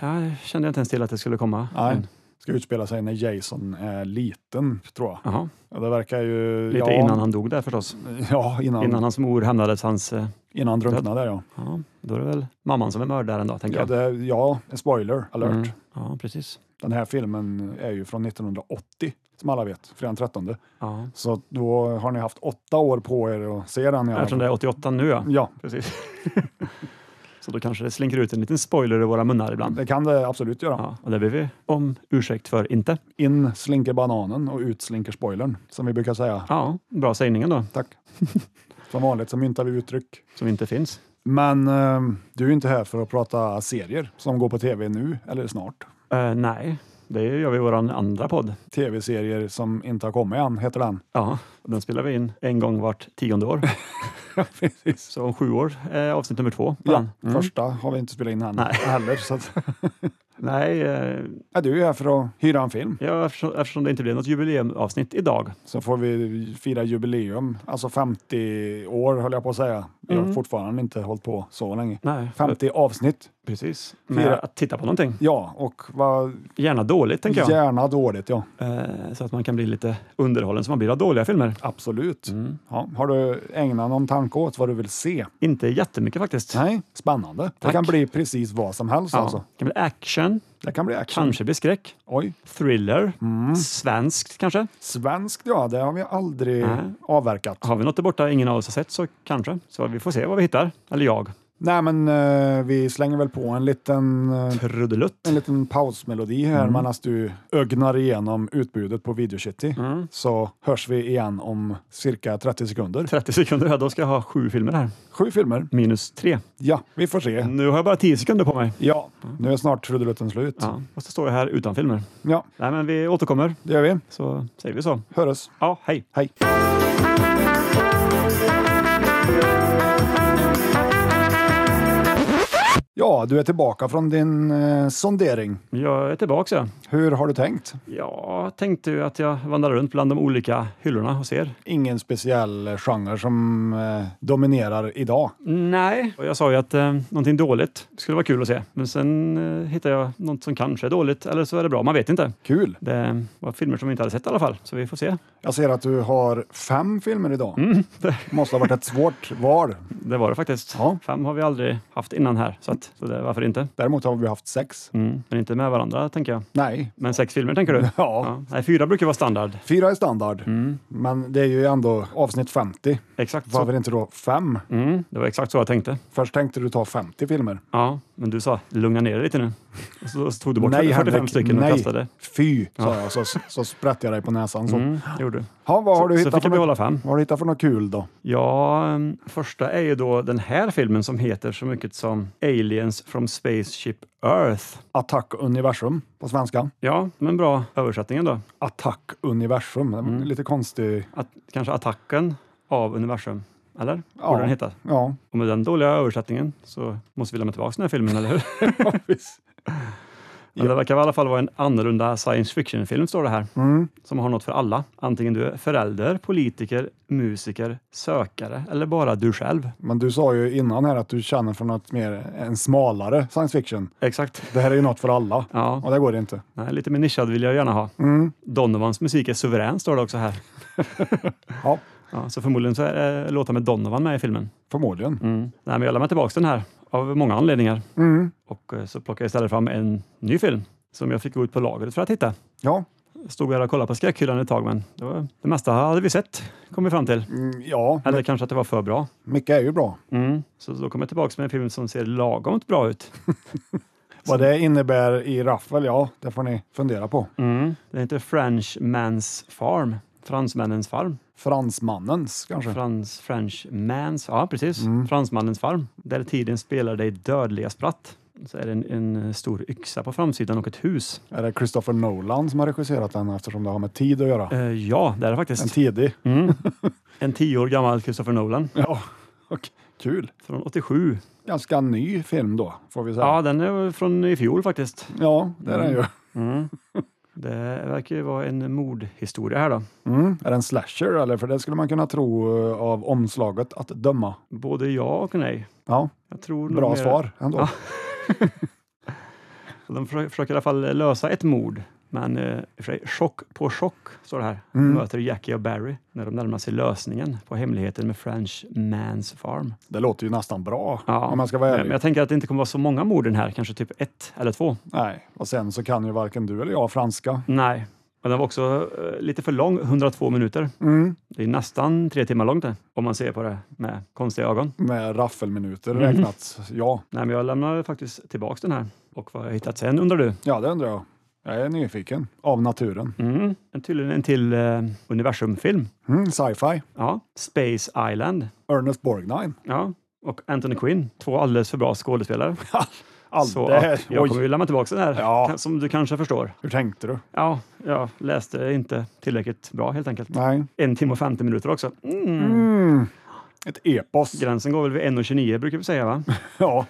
D: ja, jag kände inte ens till att det skulle komma.
E: Nej.
D: Men,
E: Ska utspela sig när Jason är liten, tror jag.
D: jaha.
E: Ja, det verkar ju...
D: Lite
E: ja,
D: innan han dog där förstås.
E: Ja, innan,
D: Innan
E: innan,
D: hans mor hämnades hans... eh,
E: han drunknade, ja.
D: Ja, då är det väl mamman som är mördaren då, tänker
E: Ja,
D: jag.
E: det, ja, spoiler alert.
D: Mm. Ja, precis.
E: Den här filmen är ju från 1980, som alla vet, fredag den 13.
D: Ja.
E: Så då har ni haft åtta år på er att se den. i alla
D: Eftersom
E: fall.
D: det är 88 nu ja.
E: Ja,
D: Precis. Så då kanske det slinker ut en liten spoiler i våra munnar ibland.
E: det kan det absolut göra.
D: Ja, och det ber vi om ursäkt för inte.
E: In slinker bananen och ut slinker spoilern, som vi brukar säga.
D: Ja, bra sägningen då,
E: Tack. Som vanligt så myntar vi uttryck.
D: som inte finns.
E: Men eh, du är ju inte här för att prata serier som går på tv nu eller snart.
D: Eh, nej, det gör vi i vår andra podd.
E: Tv-serier som inte har kommit än, heter den.
D: Ja, den spelar vi in en gång vart tionde år.
E: Precis.
D: Så om sju år är avsnitt nummer två. på
E: Ja,
D: den. Mm.
E: Första har vi inte spelat in än
D: Nej.
E: heller. Så att,
D: Nej, eh,
E: ja, du är här för att hyra en film.
D: ja, eftersom, eftersom det inte blev något jubileumavsnitt idag.
E: Så får vi fira jubileum, alltså 50 år höll jag på att säga. Vi har
D: Mm.
E: fortfarande inte hållit på så länge.
D: Nej,
E: 50 avsnitt.
D: precis.
E: Fyra.
D: Med att titta på någonting.
E: Ja, och vad
D: Gärna dåligt, tänker jag.
E: gärna dåligt. Ja,
D: Eh, så att man kan bli lite underhållen som man blir av dåliga filmer.
E: absolut.
D: Mm.
E: Ja, har du ägnat någon tanke åt vad du vill se?
D: Inte jättemycket faktiskt.
E: Nej, spännande. Det
D: Tack.
E: kan bli precis vad som helst
D: Ja.
E: alltså.
D: Det kan bli action,
E: Det kan bli action.
D: kanske bli skräck,
E: Oj,
D: thriller, svenskt kanske.
E: svenskt ja, det har vi aldrig
D: Nej.
E: avverkat.
D: Har vi något där borta ingen av oss har sett så kanske. Så vi får se vad vi hittar. Eller jag.
E: Nej, men eh, vi slänger väl på en liten, eh,
D: Trudelutt.
E: en liten pausmelodi här medan du ögnar igenom utbudet på Video City. Så hörs vi igen om cirka 30 sekunder.
D: 30 sekunder, ja, då ska jag ha sju filmer här.
E: Sju filmer.
D: Minus tre.
E: Ja, vi får se.
D: Nu har jag bara 10 sekunder på mig.
E: Ja, nu är snart trudelutten slut. Ja.
D: Ja, och så står jag här utan filmer.
E: ja,
D: Nej, men vi återkommer,
E: det gör vi.
D: så säger vi så.
E: Hörs.
D: Ja, hej!
E: Hej! Ja, du är tillbaka från din eh, sondering.
D: Jag är tillbaka. Ja.
E: Hur har du tänkt?
D: Jag tänkte ju att jag vandrar runt bland de olika hyllorna och ser.
E: Ingen speciell genre som eh, dominerar idag.
D: Nej. Och jag sa ju att eh, någonting dåligt skulle vara kul att se. Men sen eh, hittade jag något som kanske är dåligt eller så är det bra. Man vet inte.
E: Kul!
D: Det var filmer som vi inte hade sett i alla fall, så vi får se.
E: Jag ser att du har fem filmer idag.
D: Mm.
E: Måste ha varit ett svårt val.
D: Det var det faktiskt.
E: Ja.
D: Fem har vi aldrig haft innan här, så, att, så det, varför inte?
E: Däremot har vi haft sex.
D: Mm. Men inte med varandra, tänker jag.
E: Nej,
D: Men sex filmer, tänker du?
E: Ja.
D: Nej, fyra brukar vara standard.
E: fyra är standard. Men det är ju ändå avsnitt 50.
D: Exakt
E: Var
D: Mm. så.
E: väl inte då fem?
D: Mm, det var exakt så jag tänkte.
E: Först tänkte du ta 50 filmer.
D: Ja, men du sa lugna ner dig lite nu. Och så, så tog du bort 45 stycken och
E: nej.
D: kastade.
E: Fy, sa jag. Så, så sprätte jag dig på näsan. Så.
D: Mm, det gjorde du.
E: Ha, vad, har
D: Så-
E: du
D: så
E: hittat
D: fick
E: för
D: jag behålla
E: något-
D: fem.
E: vad har du hittat för något kul då?
D: Ja, ehm, första är ju då den här filmen som heter så mycket som Aliens from Spaceship Earth.
E: Attack universum på svenska.
D: Ja, men bra översättning då.
E: Attack universum. Det var
D: Mm.
E: Lite konstig.
D: Att, kanske attacken av universum, eller?
E: Ja.
D: Borde den heta.
E: Ja,
D: Och med den dåliga översättningen så måste vi lämna tillbaka den här filmen, eller hur?
E: visst.
D: Men det verkar i alla fall vara en annorlunda science fiction-film, står det här. Som har något för alla. Antingen du är förälder, politiker, musiker, sökare eller bara du själv.
E: Men du sa ju innan här att du känner för något mer, en smalare science fiction.
D: Exakt.
E: Det här är ju något för alla.
D: Ja.
E: Och det går inte.
D: Nej, lite mer nischad vill jag gärna ha. Donovans musik är suverän, står det också här.
E: Ja,
D: Ja, så förmodligen så är det låtar med Donovan med i filmen.
E: förmodligen.
D: Mm. Nej, men jag lämnar tillbaka den här av många anledningar.
E: Mm.
D: Och eh, så plockar jag istället fram en ny film som jag fick gå ut på lagret för att hitta.
E: Ja.
D: Stod här och kollade på skräckhyllan ett tag, men det, var, det mesta hade vi sett, kom vi fram till.
E: Mm, ja,
D: Eller kanske att det var för bra.
E: mycket är ju bra.
D: Så då kom jag tillbaka med en film som ser lagom bra ut.
E: Vad det innebär i Raffel, ja, det får ni fundera på.
D: Mm. Den heter Frenchman's Farm. Fransmännens farm.
E: Fransmannens kanske. Mm.
D: Frans, Frenchmans, ja precis. Fransmannens farm. Där tiden spelar dig dödliga spratt. Så är det en, en stor yxa på framsidan och ett hus.
E: Är det Christopher Nolan som har regisserat den eftersom det har med tid att göra?
D: Eh, ja, Mm. det är det
E: En
D: faktiskt.
E: tidig.
D: En tio år gammal Christopher Nolan
E: Ja, och kul.
D: från 87.
E: Ganska ny film då, får vi säga.
D: Ja, Mm. den är från i fjol faktiskt.
E: Ja, det är den ju.
D: Det verkar ju vara en mordhistoria här då.
E: Mm. Är det en slasher eller? För det skulle man kunna tro eh, av omslaget att döma.
D: Både ja och nej.
E: Ja,
D: Jag tror nog
E: bra
D: mer-
E: svar ändå.
D: Så De försöker försöker i alla fall lösa ett mord. Men eh, i och för sig, chock på chock, står det här,
E: Mm.
D: möter Jackie och Barry när de närmar sig lösningen på hemligheten med French Man's Farm.
E: Det låter ju nästan bra om man ska vara
D: men-
E: ärlig.
D: Men jag tänker att det inte kommer vara så många mord i den här, kanske typ ett eller två.
E: Nej, och sen så kan ju varken du eller jag franska.
D: Nej, men den var också eh, lite för lång, 102 minuter.
E: mm,
D: Det är nästan tre timmar långt det, om man ser på det med konstiga ögon.
E: Med raffelminuter
D: Mm.
E: räknat. Ja,
D: Nej, men jag lämnar faktiskt tillbaks den här. Och vad har jag hittat sen undrar du?
E: ja, det undrar jag. Jag är nyfiken. Av naturen.
D: Mm, en- tydligen en till eh, universumfilm.
E: Mm, sci-fi.
D: Ja, Space Island.
E: Ernest Borgnine.
D: Ja, och Anthony Quinn. Två alldeles för bra skådespelare.
E: Allt
D: Så
E: det här.
D: att jag
E: Oj,
D: kommer ju lämna tillbaka den här,
E: Ja.
D: ka- som du kanske förstår.
E: Hur tänkte du?
D: Ja, jag läste inte tillräckligt bra helt enkelt.
E: Nej.
D: En timme och 50 minuter också. Mm.
E: Ett epos.
D: Gränsen går väl vid 1.29 brukar vi säga, va?
E: Ja,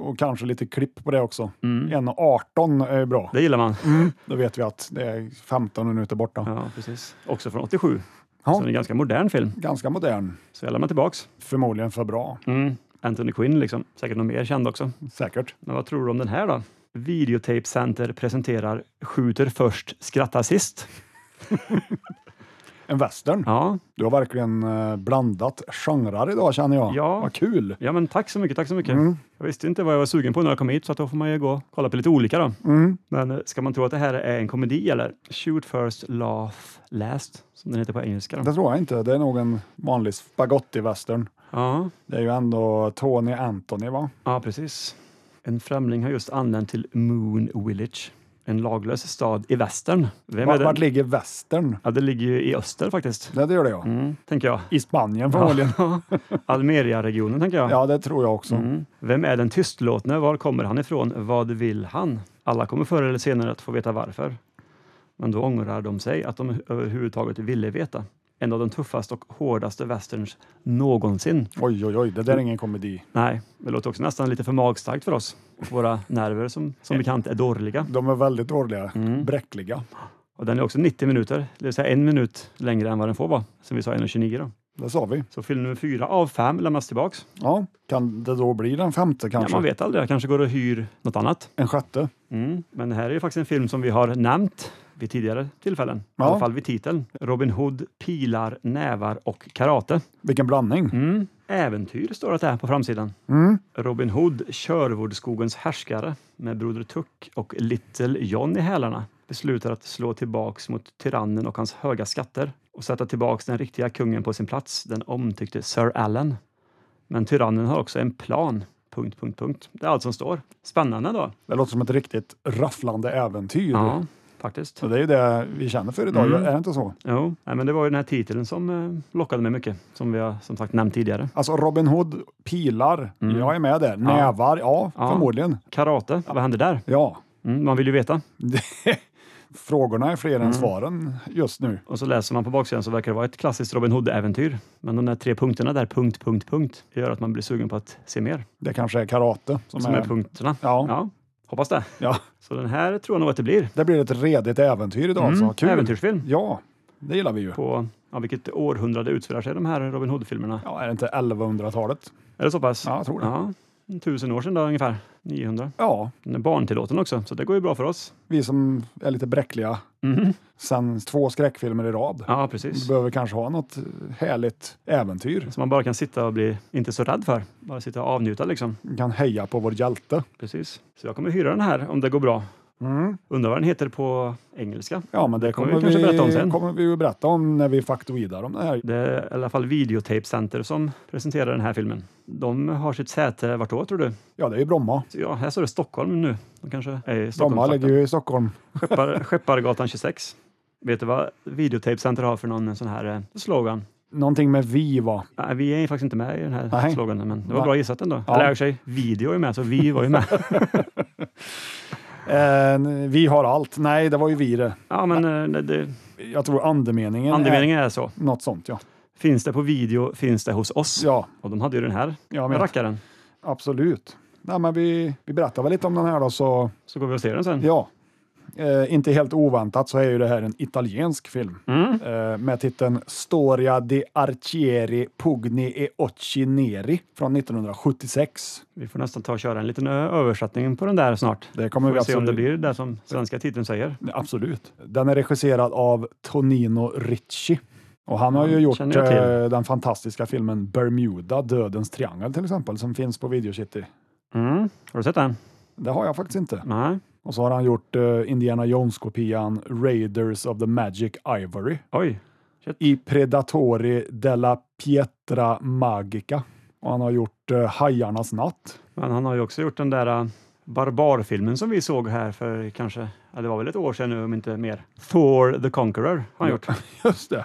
E: och kanske lite klipp på det också.
D: Mm.
E: 1.18 är bra.
D: Det gillar man.
E: Då vet vi att det är 15 minuter borta.
D: Ja, precis. Också från 87.
E: Ja.
D: Så det är en ganska modern film.
E: Ganska modern.
D: Så jag lämnar tillbaks.
E: Förmodligen för bra.
D: Mm. Anthony Quinn liksom. Säkert någon mer känd också.
E: Säkert.
D: Men vad tror du om den här då? Videotape Center presenterar Skjuter först, skrattar sist.
E: En western.
D: Ja,
E: Du har verkligen eh, blandat genrer idag känner jag.
D: Ja.
E: Vad kul!
D: Ja, men tack så mycket, tack så mycket.
E: Mm.
D: Jag visste inte vad jag var sugen på när jag kom hit, så att då får man ju gå och kolla på lite olika då.
E: Mm.
D: Men eh, ska man tro att det här är en komedi eller? Shoot first, laugh last, som den heter på engelska. Då.
E: Det tror jag inte. Det är nog en vanlig spagotti-western.
D: Ja,
E: Det är ju ändå Tony Anthony va?
D: ja, precis. En främling har just anlänt till Moon Village, en laglös stad i västern. Vem är
E: Vart,
D: den?
E: vart ligger västern?
D: Ja, det ligger ju i öster faktiskt,
E: Det, det gör det ja.
D: tänker jag.
E: I Spanien förmodligen. Ja.
D: Almeria-regionen, tänker jag.
E: det tror jag också.
D: Mm. Vem är den tystlåtne? Var kommer han ifrån? Vad vill han? Alla kommer förr eller senare att få veta varför. Men då ångrar de sig att de överhuvudtaget ville veta. En av de tuffaste och hårdaste westerns någonsin.
E: Oj, oj, oj. Det där är ingen komedi.
D: Nej, det låter också nästan lite för magstarkt för oss. Våra nerver som, som bekant är dåliga.
E: De är väldigt dåliga.
D: Mm.
E: Bräckliga.
D: Och den är också 90 minuter, det vill säga en minut längre än vad den får vara, som vi sa 1.29 då.
E: Det sa vi.
D: Så film nummer fyra av fem lämnas tillbaks.
E: Ja, kan det då bli den femte
D: Ja,
E: kanske?
D: man vet aldrig, jag kanske går och hyr något annat.
E: En sjätte?
D: Mm, men det här är ju faktiskt en film som vi har nämnt vid tidigare tillfällen.
E: Ja.
D: I alla fall vid titeln. Robin Hood, pilar, nävar och karate.
E: Vilken blandning!
D: Mm. Äventyr står det där på framsidan. Robin Hood, Körvordskogens härskare med Broder Tuck och Little John i hälarna beslutar att slå tillbaks mot tyrannen och hans höga skatter. och sätta tillbaka den riktiga kungen på sin plats, den omtyckte Sir Allen. Men tyrannen har också en plan. Punkt, punkt, punkt. Det är allt som står. Spännande då.
E: Det låter som ett riktigt rafflande äventyr.
D: Ja, faktiskt.
E: Och det är ju det vi känner för idag,
D: Mm.
E: är det inte så?
D: Jo, nej, men det var ju den här titeln som eh, lockade mig mycket, som vi har som sagt nämnt tidigare.
E: Alltså Robin Hood, pilar,
D: Mm.
E: jag är med där. Nävar, ja,
D: Ja.
E: förmodligen.
D: Karate, vad hände där?
E: Ja.
D: Mm, man vill ju veta.
E: Frågorna är fler
D: Mm.
E: än svaren just nu.
D: Och så läser man på baksidan så verkar det vara ett klassiskt Robin Hood-äventyr. Men de där tre punkterna där, punkt, punkt, punkt, gör att man blir sugen på att se mer.
E: Det kanske är karate som,
D: Som är punkterna.
E: Ja.
D: ja. Hoppas det.
E: Ja,
D: Så den här tror jag nog att det blir.
E: det blir ett redigt äventyr idag.
D: Mm,
E: alltså. Mm, Kul.
D: Äventyrsfilm.
E: Ja, det gillar vi ju.
D: På ja, vilket århundrade utspelar sig de här Robin Hood-filmerna?
E: Ja, är det inte 1100-talet?
D: Är det så pass?
E: Ja, jag tror det.
D: Ja, tusen år sedan då ungefär. 900.
E: Ja,
D: Den är barntillåten också, så det går ju bra för oss.
E: vi som är lite bräckliga
D: Mhm.
E: sen två skräckfilmer i rad.
D: Ja,
E: Vi
D: precis.
E: behöver kanske ha något härligt äventyr.
D: Som man bara kan sitta och bli inte så rädd för. Bara sitta och avnjuta liksom.
E: Vi kan heja på vår hjälte.
D: Precis. Så jag kommer hyra den här om det går bra.
E: Mm.
D: Undrar vad den heter på engelska.
E: Ja, men det
D: kommer
E: kommer,
D: vi kanske berätta om sen.
E: kommer vi ju berätta om när vi faktoidar om det här.
D: Det är i alla fall Videotape Center som presenterar den här filmen. De har sitt säte vart då tror du?
E: Ja, det är ju Bromma.
D: Så ja, här står det Stockholm nu. De kanske är i
E: Bromma
D: Stockholm.
E: ligger ju i Stockholm.
D: Skeppar, Skeppargatan 26. Vet du vad Videotape Center har för någon sån här eh, slogan?
E: Någonting med vi, va?
D: Nej, vi är faktiskt inte med i den här
E: Nej.
D: sloganen, men det var
E: Va?
D: bra gissat ändå.
E: Ja.
D: Eller i och för sig, video är med, så vi var ju med.
E: Eh, vi har allt. Nej, det var ju vi det.
D: ja, men eh, det, det,
E: Jag tror andemeningen,
D: andemeningen är så.
E: är något sånt, ja.
D: Finns det på video, finns det hos oss.
E: Ja,
D: Och de hade ju den här
E: jag
D: med
E: menar,
D: rackaren.
E: absolut. Nej, men vi, vi berättar väl lite om den här då, så
D: Så går vi och ser den sen.
E: ja. Eh, inte helt oväntat så är ju det här en italiensk film
D: Mm.
E: eh, med titeln Storia di Arcieri Pugni e Occhi Neri från 1976.
D: Vi får nästan ta och köra en liten ö- översättning på den där snart.
E: Det
D: Får
E: kommer
D: vi
E: vi alltså
D: se om det
E: absolut...
D: blir det som svenska titeln säger.
E: Absolut. Den är regisserad av Tonino Ricci. Och han har ju gjort
D: känner jag till.
E: eh, den fantastiska filmen Bermuda, Dödens triangel till exempel, som finns på Video City.
D: Mm. Har du sett den?
E: Det har jag faktiskt inte.
D: Nej.
E: Och så har han gjort eh, Indiana Jones-kopian Raiders of the Magic Ivory
D: Oj. Shit.
E: i Predatori della Pietra Magica. Och han har gjort eh, Hajarnas natt.
D: Men han har ju också gjort den där äh, barbarfilmen som vi såg här för kanske, ja, det var väl ett år sedan nu om inte mer. Thor the Conqueror har han gjort.
E: Just det.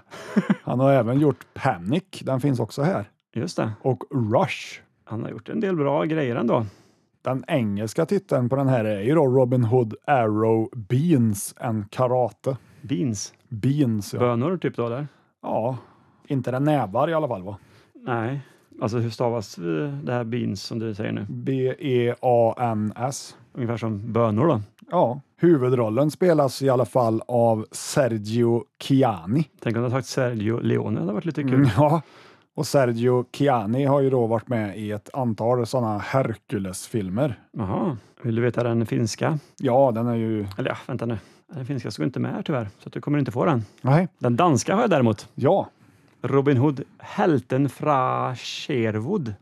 E: Han har även gjort Panic, den finns också här.
D: Just det.
E: Och Rush.
D: Han har gjort en del bra grejer ändå.
E: Den engelska titeln på den här är ju då Robin Hood Arrow Beans and Karate.
D: Beans.
E: Beans, ja.
D: Bönor typ då eller?
E: ja. Inte den nävar i alla fall, va?
D: Nej. Alltså hur stavas eh, det här beans som du säger nu?
E: Mm. E B-E-A-N-S.
D: Ungefär som bönor då.
E: Ja, huvudrollen spelas i alla fall av Sergio Chiani.
D: Tänk om du hade sagt Sergio Leone, det hade varit lite kul.
E: Mm, ja. Och Sergio Chiani har ju då varit med i ett antal sådana Hercules-filmer.
D: Jaha. Vill du veta den finska?
E: Ja, den är ju...
D: Eller ja, vänta nu. Den finska stod inte med här tyvärr, så att du kommer inte få den.
E: Nej.
D: Den danska har jag däremot.
E: Ja.
D: Robin Hood, Helten fra Sherwood.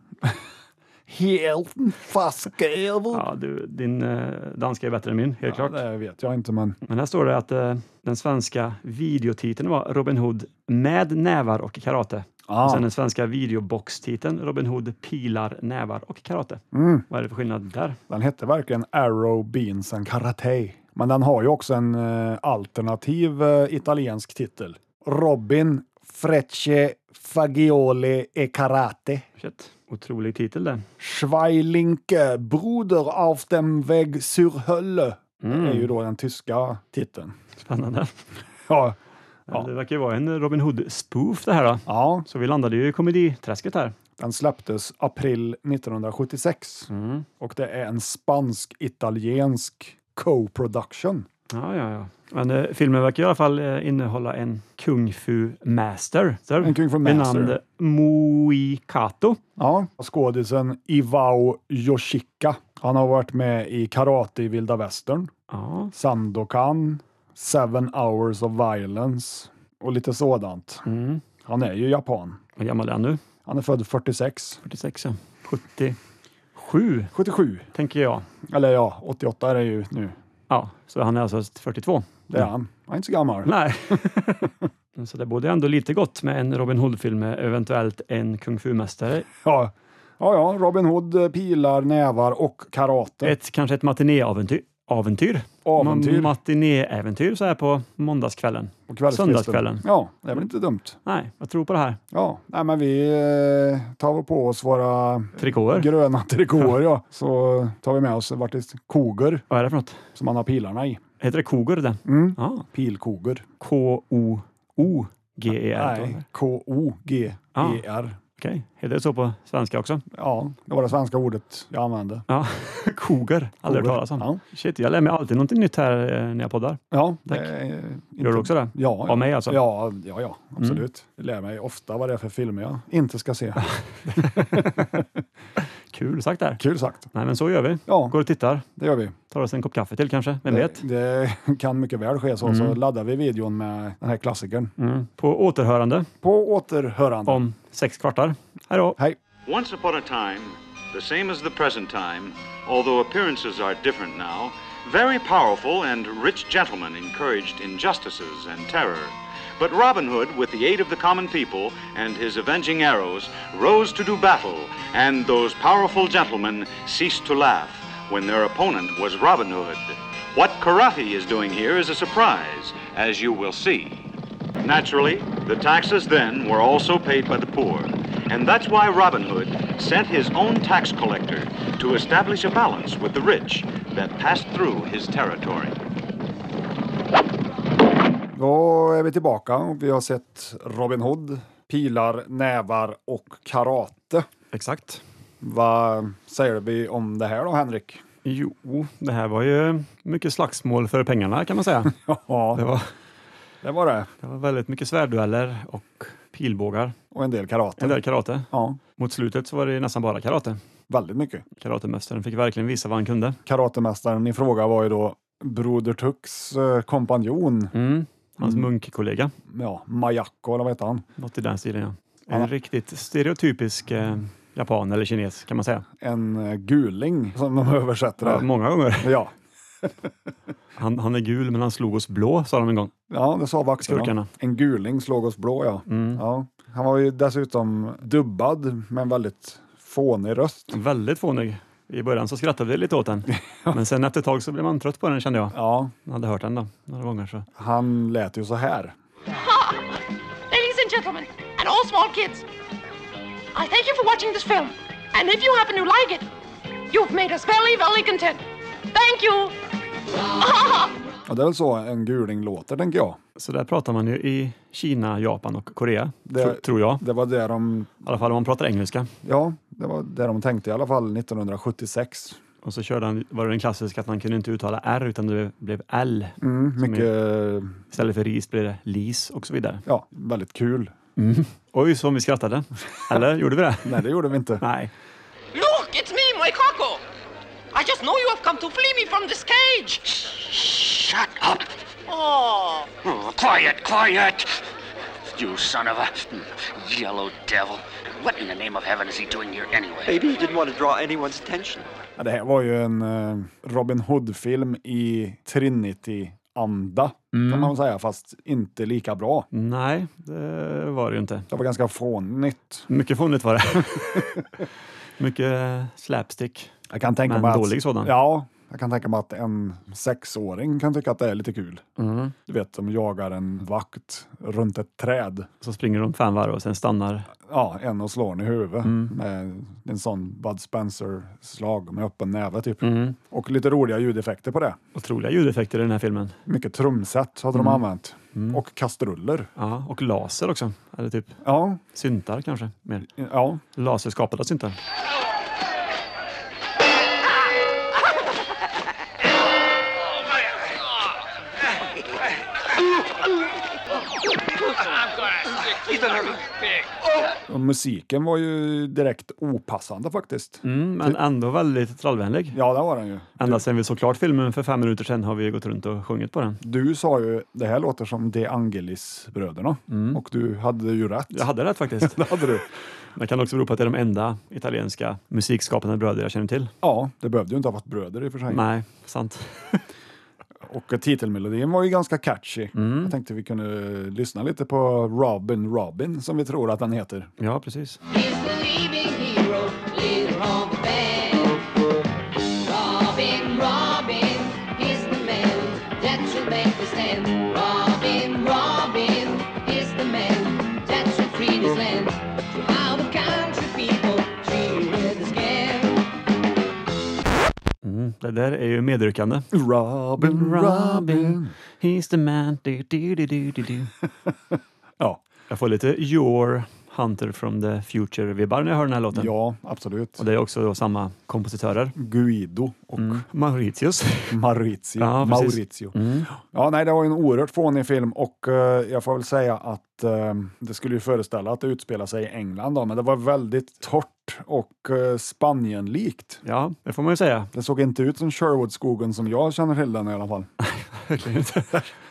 E: Helt faskevo.
D: Ja, du, din eh, danska är bättre än min, helt
E: Ja,
D: klart.
E: det vet jag inte, men
D: Men här står det att eh, den svenska videotiteln var Robin Hood med nävar och karate.
E: Ah.
D: Och sen den svenska videoboxtiteln Robin Hood pilar, nävar och karate.
E: Mm.
D: Vad är det för skillnad där?
E: den hette verkligen Arrow Beans and Karate. Men den har ju också en eh, alternativ eh, italiensk titel. Robin Frecce Fagioli e Karate.
D: Shit, otrolig titel det.
E: Schweilinke, Bruder auf dem Weg zur Hölle. Det är ju då den tyska titeln.
D: Spännande.
E: Ja,
D: Det verkar ju vara en Robin Hood-spoof det här då.
E: ja
D: Så vi landade ju i komediträsket här.
E: den släpptes april 1976 och det är en spansk-italiensk co-production.
D: Ja, ja, ja. Men eh, filmen verkar i alla fall eh, innehålla en kung fu master. Där,
E: En kung fu
D: Med
E: master.
D: namn Mui Kato.
E: Ja, skådisen Iwao Yoshika. Han har varit med i Karate i Vilda Västern,
D: Ja,
E: Sandokan, Seven Hours of Violence och lite sådant.
D: mm.
E: Han är ju japan.
D: Hur gammal är han nu?
E: Han är född 46.
D: 46, ja. 77,
E: 77,
D: tänker jag.
E: eller ja, 88 är det ju nu.
D: Ja, så han är alltså 42.
E: Det är han. Han är inte så gammal.
D: Nej. så det borde ändå lite gott med en Robin Hood-film med eventuellt en kung fu-mästare.
E: Ja. ja, ja. Robin Hood, eh, pilar, nävar och karate.
D: Ett, kanske ett matinéäventyr. Äventyr.
E: Äventyr.
D: Ma- Matinéäventyr så här på måndagskvällen.
E: och kvällskvisten.
D: söndagskvällen.
E: Ja, det är väl inte dumt.
D: Nej, jag tror på det här.
E: Ja, nej, men vi eh, tar väl på oss våra
D: Trikåer.
E: gröna trikåer. Ja. Så tar vi med oss vart det koger
D: Vad är det för något?
E: som man har pilarna i.
D: Heter det Kogor det?
E: Mm.
D: Ja.
E: Pilkoger.
D: K-O-O-G-E-R.
E: Nej,
D: Okej,
E: K-O-G-E-R.
D: heter det så på svenska också?
E: E Ja, det var det svenska ordet jag använde.
D: Ja, Kogor. Aldrig
E: Koger.
D: hört talas om.
E: Ja.
D: Shit, jag lär mig alltid någonting nytt här eh, när jag poddar.
E: Ja,
D: Tack.
E: det är inte-
D: Gör du också det?
E: Ja,
D: Av
E: ja.
D: mig alltså? Mm.
E: Ja, ja, ja absolut. Jag lär mig ofta vad det är för filmer jag inte ska se.
D: Kul sagt där.
E: Kul sagt.
D: Nej, men så gör vi.
E: Ja,
D: Går och tittar.
E: det gör vi.
D: Tar oss en kopp kaffe till kanske. Vem vet?
E: Det, det kan mycket väl ske så. Så laddar vi videon med den här klassikern.
D: Mm. På återhörande
E: På återhörande.
D: om sex kvartar. Hej då!
E: Hej!
H: Once upon a time, the same as the present time, although appearances are different now, very powerful and rich gentlemen encouraged injustices and terror. But Robin Hood, with the aid of the common people and his avenging arrows, rose to do battle, and those powerful gentlemen ceased to laugh when their opponent was Robin Hood. What karate is doing here is a surprise, as you will see. Naturally, the taxes then were also paid by the poor, and that's why Robin Hood sent his own tax collector to establish a balance with the rich that passed through his territory.
E: Då är vi tillbaka och vi har sett Robin Hood, pilar, nävar och karate.
D: Exakt.
E: Vad säger vi om det här då, Henrik?
D: Jo, det här var ju mycket slagsmål för pengarna kan man säga.
E: Ja,
D: Det var,
E: det var det.
D: det var väldigt mycket svärddueller och pilbågar.
E: Och en del karate.
D: En del karate.
E: Ja,
D: Mot slutet så var det nästan bara karate.
E: väldigt mycket.
D: Karatemästaren fick verkligen visa vad han kunde.
E: Karatemästaren i fråga var ju då Broder Tucks eh, kompanjon,
D: Mm. Hans munkkollega.
E: ja, Mayako eller vad heter han?
D: Något i den stilen ja.
E: Ja.
D: En riktigt stereotypisk eh, japan eller kines kan man säga.
E: En eh, guling som de översätter det.
D: Många gånger.
E: Ja,
D: Han, han är gul men han slog oss blå sa de en gång.
E: ja det sa vakterna.
D: Skurkarna. Mm.
E: En guling slog oss blå ja. ja. Han var ju dessutom dubbad med en väldigt fånig röst.
D: Väldigt fånig. I början så skrattade vi lite åt den. Men sen efter ett tag så blev man trött på den kände jag.
E: Ja,
D: Jag hade hört den då, några gånger. Så.
E: han lät ju så här.
I: Ladies and gentlemen, and all small kids, I thank you for watching this film. And if you happen to like it, you've made us very, very content. Thank you.
E: Och det är väl så en guling låter, tänker jag.
D: så där pratar man ju i Kina, Japan och Korea.
E: Det-
D: tro, tror jag.
E: Det var det de,
D: I alla fall om man pratar engelska.
E: ja, det var det de tänkte i alla fall 1976.
D: Och så körde han, var det den klassiska att man kunde inte uttala R utan det blev L.
E: Mm,
D: Som
E: mycket,
D: Istället för ris blev det lis och så vidare.
E: ja, väldigt kul.
D: Oj, som vi skrattade. Eller gjorde vi det?
E: Nej, det gjorde vi inte.
D: Nej.
I: Look, it's me, Moikoko. I just know you have come to flee me from this cage.
J: Shut up!
I: Oh,
J: Oh, quiet, quiet! You son of a yellow devil. What in the name of heaven is he doing here anyway?
K: Maybe he didn't want to draw anyone's attention.
E: Ja, Det här var ju en eh, Robin Hood-film i Trinity-anda,
D: Mm.
E: kan man säga, fast inte lika bra.
D: Nej, det var det ju inte.
E: Det var ganska fånigt.
D: Mycket fånigt var det. Mycket slapstick.
E: Jag kan tänka
D: Men
E: mig att,
D: dålig sådan.
E: Ja, jag kan tänka mig att en sexåring kan tycka att det är lite kul.
D: Mm.
E: Du vet, de jagar en vakt runt ett träd.
D: Så springer de fem varv och sen stannar.
E: Ja, en och slår den i huvudet
D: Mm.
E: med en sån Bud Spencer-slag med öppen näve typ.
D: Mm.
E: Och lite roliga ljudeffekter på det.
D: Otroliga ljudeffekter i den här filmen.
E: Mycket trumset hade
D: Mm.
E: de använt. Och kastruller.
D: Ja, och laser också. Eller typ
E: Ja,
D: syntar kanske. Mer.
E: ja.
D: Laserskapade syntar.
E: Och musiken var ju direkt opassande faktiskt.
D: Mm, men ändå väldigt trallvänlig.
E: Typ. Ja, typ. det var den ju.
D: Ända sedan vi såg klart filmen för fem minuter sedan har vi gått runt och sjungit på den.
E: Du sa ju, det här låter som De Angelis-bröderna.
D: Mm.
E: Och du hade ju rätt.
D: Jag hade rätt faktiskt.
E: Det hade du.
D: Det kan också bero på att det är de enda italienska
E: Mm.
D: musikskapande bröder jag känner till.
E: Ja, det behövde ju inte ha varit bröder i och för sig.
D: Nej, sant.
E: Och titelmelodin var ju ganska catchy.
D: Mm.
E: Jag tänkte vi kunde lyssna lite på Robin Robin, som vi tror att den heter.
D: Ja, precis.
L: He's the leading hero, leader of the band. Robin, Robin, he's the man that will make us stand. Robin, Robin, he's the man that will free this land. Throughout the country, people cheer with his gang.
D: Mm, det där är ju medryckande.
E: Robin, Robin.
D: he's the man. Du, du, du, du, du, du.
E: ja.
D: Jag får lite Your Hunter from the Future-vibbar när jag hör den här låten.
E: Ja, Mm. absolut.
D: Och det är också då samma kompositörer.
E: Guido och
D: Mauritius.
E: Maurizio.
D: Ja, precis.
E: Maurizio.
D: Mm.
E: Ja, nej, det var ju en oerhört fånig film och eh, jag får väl säga att eh, det skulle ju föreställa att det utspelar sig i England, då, men det var väldigt torrt och eh, Spanien-likt.
D: Ja, det får man ju säga.
E: Det såg inte ut som Sherwoodskogen som jag känner till den i alla fall.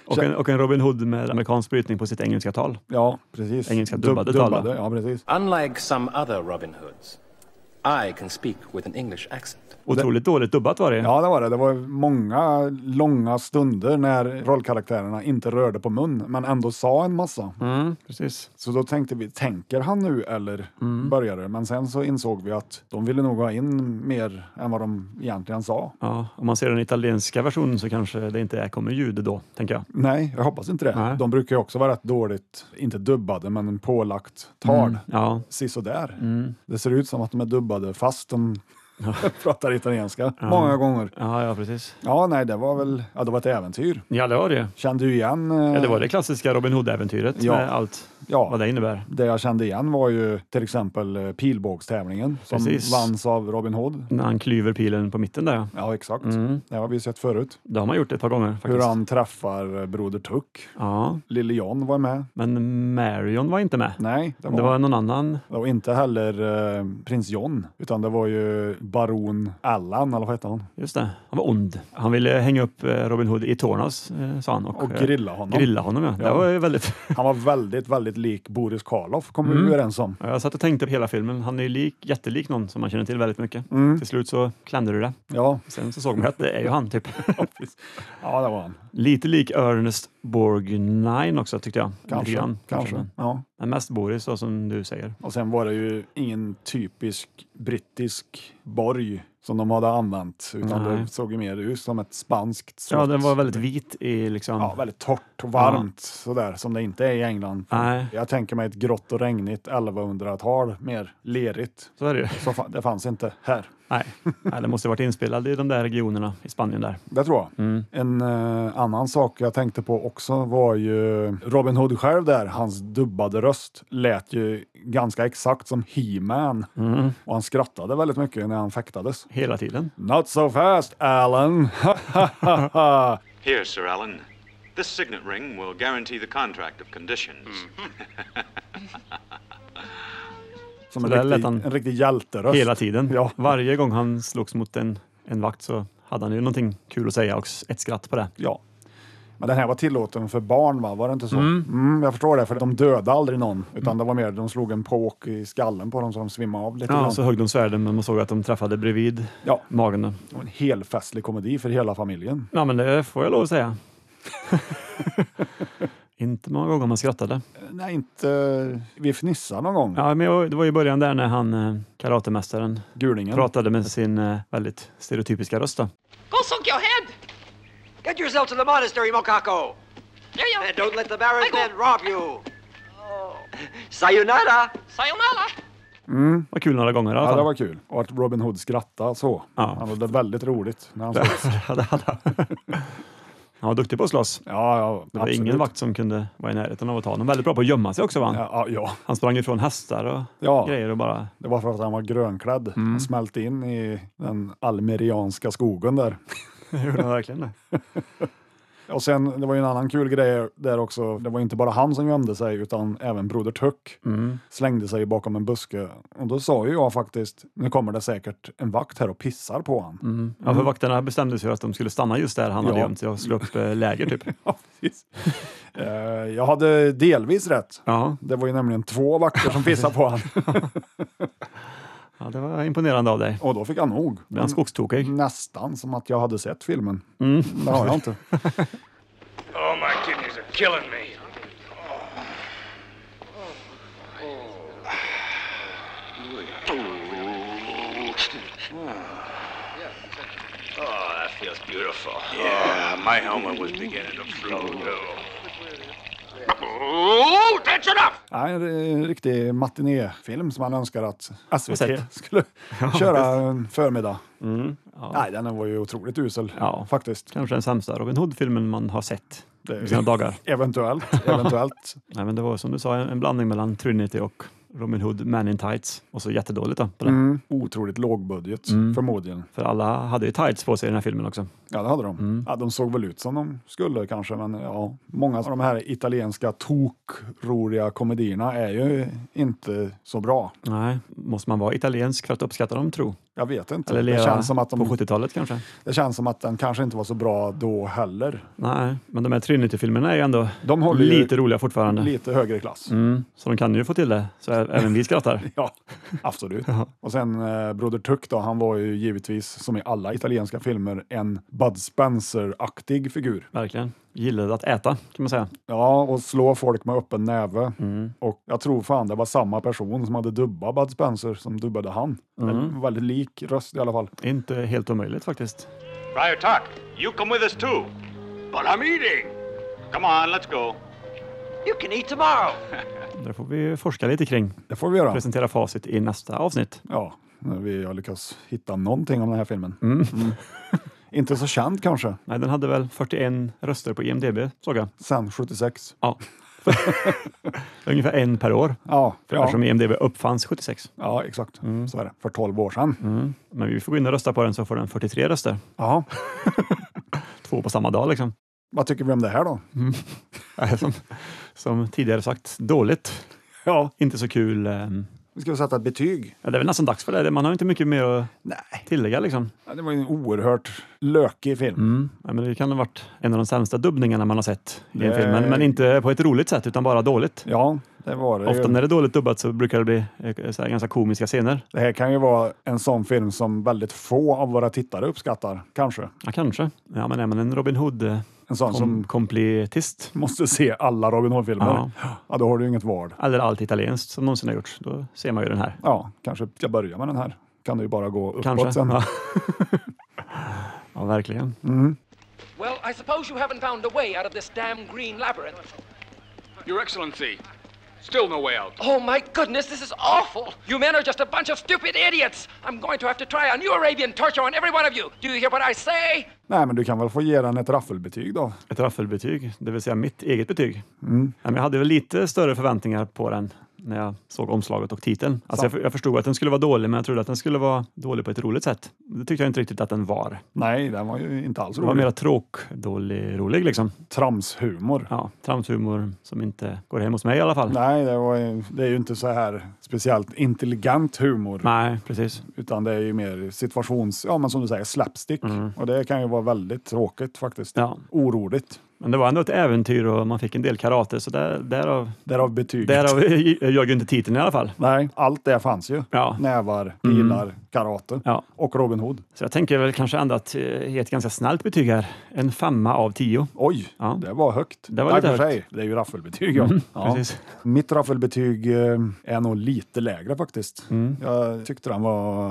D: Och en, och en Robin Hood med amerikansk brytning på sitt engelska tal.
E: Ja, precis.
D: Engelska
E: Dub-
D: dubbade tal, va?
E: Ja, precis.
M: Unlike some other Robin Hoods, I can speak with an English accent.
D: Otroligt dåligt dubbat var det.
E: Ja, det var det. Det var många långa stunder när rollkaraktärerna inte rörde på mun, men ändå sa en massa.
D: Mm, precis.
E: Så då tänkte vi, tänker han nu eller
D: Mm.
E: börjar det? Men sen så insåg vi att de ville nog ha in mer än vad de egentligen sa.
D: Ja, om man ser den italienska versionen så kanske det inte är- kommer ljud då, tänker jag.
E: Nej, jag hoppas inte det.
D: Nej.
E: De brukar ju också vara rätt dåligt, inte dubbade, men pålagt tal. Mm.
D: Ja,
E: Sisådär.
D: Mm.
E: Det ser ut som att de är dubbade fast de pratar italienska många gånger.
D: ja, ja precis.
E: Ja, nej, det var väl ja, det var ett äventyr.
D: Ja, det var det ju.
E: Kände du igen? eh,
D: Ja, det var det klassiska Robin Hood-äventyret
E: Ja.
D: med allt
E: Ja.
D: vad det innebär.
E: Det jag kände igen var ju till exempel eh, pilbågstävlingen som
D: Precis.
E: vanns av Robin Hood.
D: När han klyver pilen på mitten där.
E: Ja, exakt.
D: Mm.
E: Det har vi sett förut.
D: Det har man gjort ett par gånger faktiskt.
E: Hur han träffar eh, Broder Tuck.
D: Ja,
E: Lille John var med.
D: men Marion var inte med.
E: Nej, det var,
D: Det var någon annan.
E: det var inte heller eh, prins John, utan det var ju baron Allan, eller vad hette han?
D: Just det, han var ond. Han ville hänga upp eh, Robin Hood i Tornas, eh, sa han. Och,
E: Och
D: eh,
E: grilla honom.
D: Grilla honom, ja. Det
E: Ja.
D: var ju väldigt...
E: Han var väldigt, väldigt lik Boris Karloff, kommer
D: Mm.
E: vi överens om.
D: Ja, Jag satt och tänkte på hela filmen. Han är ju lik, jättelik någon som man känner till väldigt mycket.
E: Mm.
D: Till slut så klämde du det.
E: Ja,
D: Sen så såg man att det är ju han, typ.
E: ja det var han.
D: Lite lik Ernest Borgnine också, tyckte jag. Lite
E: Kanske.
D: grann,
E: kanske.
D: men-
E: Ja.
D: Men mest Boris, då, som du säger.
E: Och sen var det ju ingen typisk brittisk borg som de hade använt, utan
D: Nej.
E: det såg ju mer ut som ett spanskt slott.
D: Ja, den var väldigt vit i liksom...
E: Ja, väldigt torrt och varmt sådär som det inte är i England.
D: Nej.
E: Jag tänker mig ett grått och regnigt 1100-tal, mer lerigt.
D: Så är det ju.
E: Så fa- det fanns inte här.
D: Nej. Nej, det måste ha varit inspelad i de där regionerna i Spanien där.
E: Det tror jag.
D: Mm.
E: En eh, annan sak jag tänkte på också var ju Robin Hood själv där, hans dubbade röst lät ju ganska exakt som He-Man.
D: Mm.
E: Och han skrattade väldigt mycket när han fäktades.
D: Hela tiden.
E: Not so fast Alan!
H: Here, Sir Alan. This signet ring will guarantee the contract of conditions.
K: Hmm.
E: Som
D: Så
E: en
D: där
E: riktig,
D: lät han
E: en riktig hjälteröst.
D: Hela tiden.
E: Ja.
D: Varje gång han slogs mot en, en vakt så hade han ju någonting kul att säga och s- ett skratt på det.
E: Ja. Men den här var tillåten för barn, va? var det inte så? Mm. jag förstår det, för de dödade aldrig någon, utan det var mer de slog en påk i skallen på dem så de svimmade av lite
D: Ja,
E: grann.
D: så högg de svärden men man såg att de träffade bredvid
E: Ja.
D: magen. då.
E: Det var En helfestlig komedi för hela familjen.
D: Ja, men det får jag lov att säga. Inte många gånger man skrattade.
E: Eh, Nej, inte... Vi fnissade någon gång,
D: Ja, men jag- det var i början där när han, eh, karatemästaren,
E: gulingen.
D: pratade med sin eh, väldigt stereotypiska röst. Då.
I: Go soak your head.
K: Get yourself to the monastery, Mokako.
I: Yeah, yeah.
K: And don't let the Baron's
I: I go-
K: men rob you. Sayonara.
I: Sayonara.
D: var kul några gånger i alla
E: Ja,
D: fall.
E: det var kul. Och att Robin Hood skrattade så.
D: Ja.
E: Han hade väldigt roligt. När han slogs.
D: Ja, det hade han. Han var duktig på att slåss.
E: ja, ja,
D: Det var ingen vakt som kunde vara i närheten av att ta honom. Väldigt bra på att gömma sig också. Va? han?
E: Ja, ja,
D: Han sprang ifrån hästar och
E: ja.
D: grejer och bara...
E: Det var för att han var grönklädd. Han smälte in i den almerianska skogen där.
D: Gjorde han verkligen det?
E: Och sen, det var ju en annan kul grej där också. Det var inte bara han som gömde sig, utan även Broder Tuck slängde sig bakom en buske. Och då sa ju jag faktiskt, nu kommer det säkert en vakt här och pissar på han.
D: Ja, för vakterna bestämde sig för att de skulle stanna just där han
E: Mm.
D: hade
E: Ja.
D: gömt sig och slå upp eh, läger typ.
E: Ja, precis. Eh, jag hade delvis rätt.
D: Ja,
E: Det var ju nämligen två vakter som pissade på han.
D: Ja, det var imponerande av dig.
E: Och då fick jag nog.
D: Blev han skogstokig?
E: Mm. Nästan som att jag hade sett filmen.
D: Mm.
E: Det har jag inte.
J: Oh, my kidneys are killing me.
N: Oh, that feels beautiful. Yeah, my helmet was beginning to flow too. Oh, that's enough!
E: Nej, en r- riktig matinéfilm som man önskar att SVT
D: Sett.
E: skulle
D: Ja,
E: köra en förmiddag.
D: Mm, ja.
E: Nej, den var ju otroligt usel
D: Ja.
E: faktiskt.
D: Kanske den sämsta Robin Hood-filmen man har sett
E: Det-
D: i sina dagar.
E: Eventuellt, eventuellt.
D: Nej, men det var som du sa en, en blandning mellan Trinity och Robin Hood Man in Tights. Och så jättedåligt då, på den.
E: Mm. Otroligt lågbudget
D: Mm.
E: förmodligen.
D: För alla hade ju tights på sig i den här filmen också.
E: Ja, det hade de.
D: Mm.
E: Ja, de såg väl ut som de skulle kanske, men ja, många av de här italienska tokroliga komedierna är ju inte så bra.
D: Nej, måste man vara italiensk för att uppskatta dem tro?
E: Jag vet inte.
D: Eller leva
E: det, känns som att
D: på
E: de,
D: 70-talet kanske?
E: det känns som att den kanske inte var så bra då heller.
D: Nej, men de här Trinity-filmerna är ju ändå
E: De håller ju
D: lite roliga fortfarande.
E: Lite högre klass.
D: Mm, så de kan ju få till det, så ä- även vi skrattar.
E: Ja, absolut. Och sen eh, Broder Tuck då, han var ju givetvis, som i alla italienska filmer, en Bud Spencer-aktig figur.
D: Verkligen. Gillade att äta, kan man säga.
E: Ja, och slå folk med öppen näve. Och jag tror fan det var samma person som hade dubbat Bud Spencer som dubbade han. En väldigt lik röst i alla fall.
D: Inte helt omöjligt faktiskt.
H: Friar Tuck, you come with us too. But I'm eating. Come on, let's go.
K: You can eat tomorrow.
D: Det får vi forska lite kring.
E: Det får vi göra.
D: Presentera facit i nästa avsnitt.
E: Ja, när vi har lyckats hitta någonting om den här filmen.
D: Mm.
E: Inte så känd kanske.
D: Nej, den hade väl 41 röster på IMDB, såg jag.
E: Sen 76.
D: Ja. Ungefär en per år.
E: Ja,
D: För
E: ja.
D: Eftersom E IMDB uppfanns 76.
E: ja exakt. Så är det. För 12 år sedan.
D: Men vi får gå in och rösta på den så får den 43 röster.
E: Ja.
D: Två på samma dag liksom.
E: Vad tycker vi om det här då?
D: Nej, Som, som tidigare sagt, dåligt.
E: Ja.
D: Inte så kul. ehm.
E: Vi ska väl sätta ett betyg.
D: Ja, det är väl nästan dags för det. Man har inte mycket mer att
E: Nej.
D: tillägga liksom.
E: Ja, Det var ju en oerhört lökig film.
D: Mm. Ja, men det kan ha varit en av de sämsta dubbningarna man har sett i
E: Det-
D: en film. Men, men inte på ett roligt sätt, utan bara dåligt.
E: Ja, det var det
D: Ofta
E: ju.
D: när det är dåligt dubbat så brukar det bli eh, så här, ganska komiska scener.
E: Det här kan ju vara en sån film som väldigt få av våra tittare uppskattar, kanske.
D: Ja, kanske. Ja, men är man en Robin Hood eh,
E: En sån
D: kom,
E: som
D: kompletist
E: måste se alla Robin Hood-filmer. Ja.
D: Ja.
E: då har du ju inget val.
D: eller allt italienskt som någonsin har gjorts, då ser man ju den här.
E: Ja, kanske ska börja med den här. Kan du ju bara gå uppåt
D: Kanske.
E: sen.
D: Ja. ja, verkligen.
E: Mm.
K: Well, I suppose you haven't found a way out of this damn green labyrinth.
J: Your Excellency, still no way out.
K: Oh my goodness, this is awful. You men are just a bunch of stupid idiots. I'm going to have to try a new Arabian torture on every one of you. Do you hear what I say?
E: Nej, men du kan väl få ge den ett raffelbetyg då?
D: Ett raffelbetyg, det vill säga mitt eget betyg.
E: Mm.
D: Ja, men Jag hade väl lite större förväntningar på den när jag såg omslaget och titeln. Alltså jag, för- jag förstod att den skulle vara dålig, men jag trodde att den skulle vara dålig på ett roligt sätt. Det tyckte jag inte riktigt att den var.
E: Nej, den var ju inte alls
D: Det var
E: rolig.
D: mera tråk-dålig rolig liksom.
E: Tramshumor.
D: Ja, tramshumor som inte går hem hos mig i alla fall.
E: Nej, det, var ju, det är ju inte så här speciellt intelligent humor,
D: Nej precis.
E: utan det är ju mer situations... Ja, men som du säger, slapstick. Och det kan ju vara väldigt tråkigt faktiskt.
D: Mm. Ja.
E: Oroligt.
D: Men det var ändå ett äventyr och man fick en del karate, så där, därav,
E: Därav betyget.
D: därav gör ju inte titeln i alla fall.
E: Nej, allt det fanns ju.
D: Ja. Mm.
E: Nävar, pilar, karate
D: Ja.
E: och Robin Hood.
D: Så jag tänker väl kanske ändå att eh, ge ett ganska snällt betyg här. En femma av tio.
E: Oj,
D: Ja.
E: det var högt.
D: Det var
E: Nej,
D: lite
E: för
D: högt. Mm.
E: sig, Det är ju raffelbetyg. Ja. ja.
D: precis.
E: Mitt raffelbetyg eh, är nog lite lägre faktiskt.
D: Mm.
E: Jag tyckte den var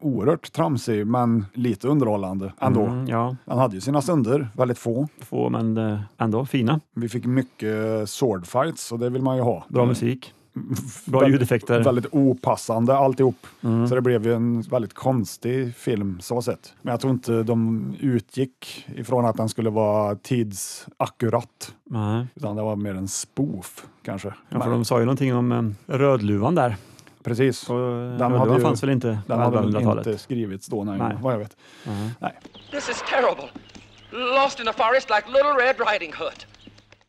E: oerhört tramsig, men lite underhållande ändå.
D: Mm, ja,
E: Den hade ju sina stunder, väldigt få.
D: få men eh, ändå fina.
E: Vi fick mycket swordfights och det vill man ju ha.
D: Bra musik. Bra
E: Väl-
D: ljudeffekter.
E: Väldigt opassande alltihop. Så det blev ju en väldigt konstig film så sett. Men jag tror inte de utgick ifrån att den skulle vara tidsakkurat.
D: Nej.
E: Utan det var mer en spoof kanske.
D: Ja, för
E: Men-
D: de sa ju någonting om eh, Rödluvan där.
E: Precis.
D: Och, eh,
E: hade
D: Rödluvan
E: ju-
D: fanns väl inte på
E: Den hade väl
D: 1100-talet?
E: inte skrivits då, nej,
D: Nej.
E: vad jag vet. Nej.
K: This is terrible. Lost in the forest like Little Red Riding Hood.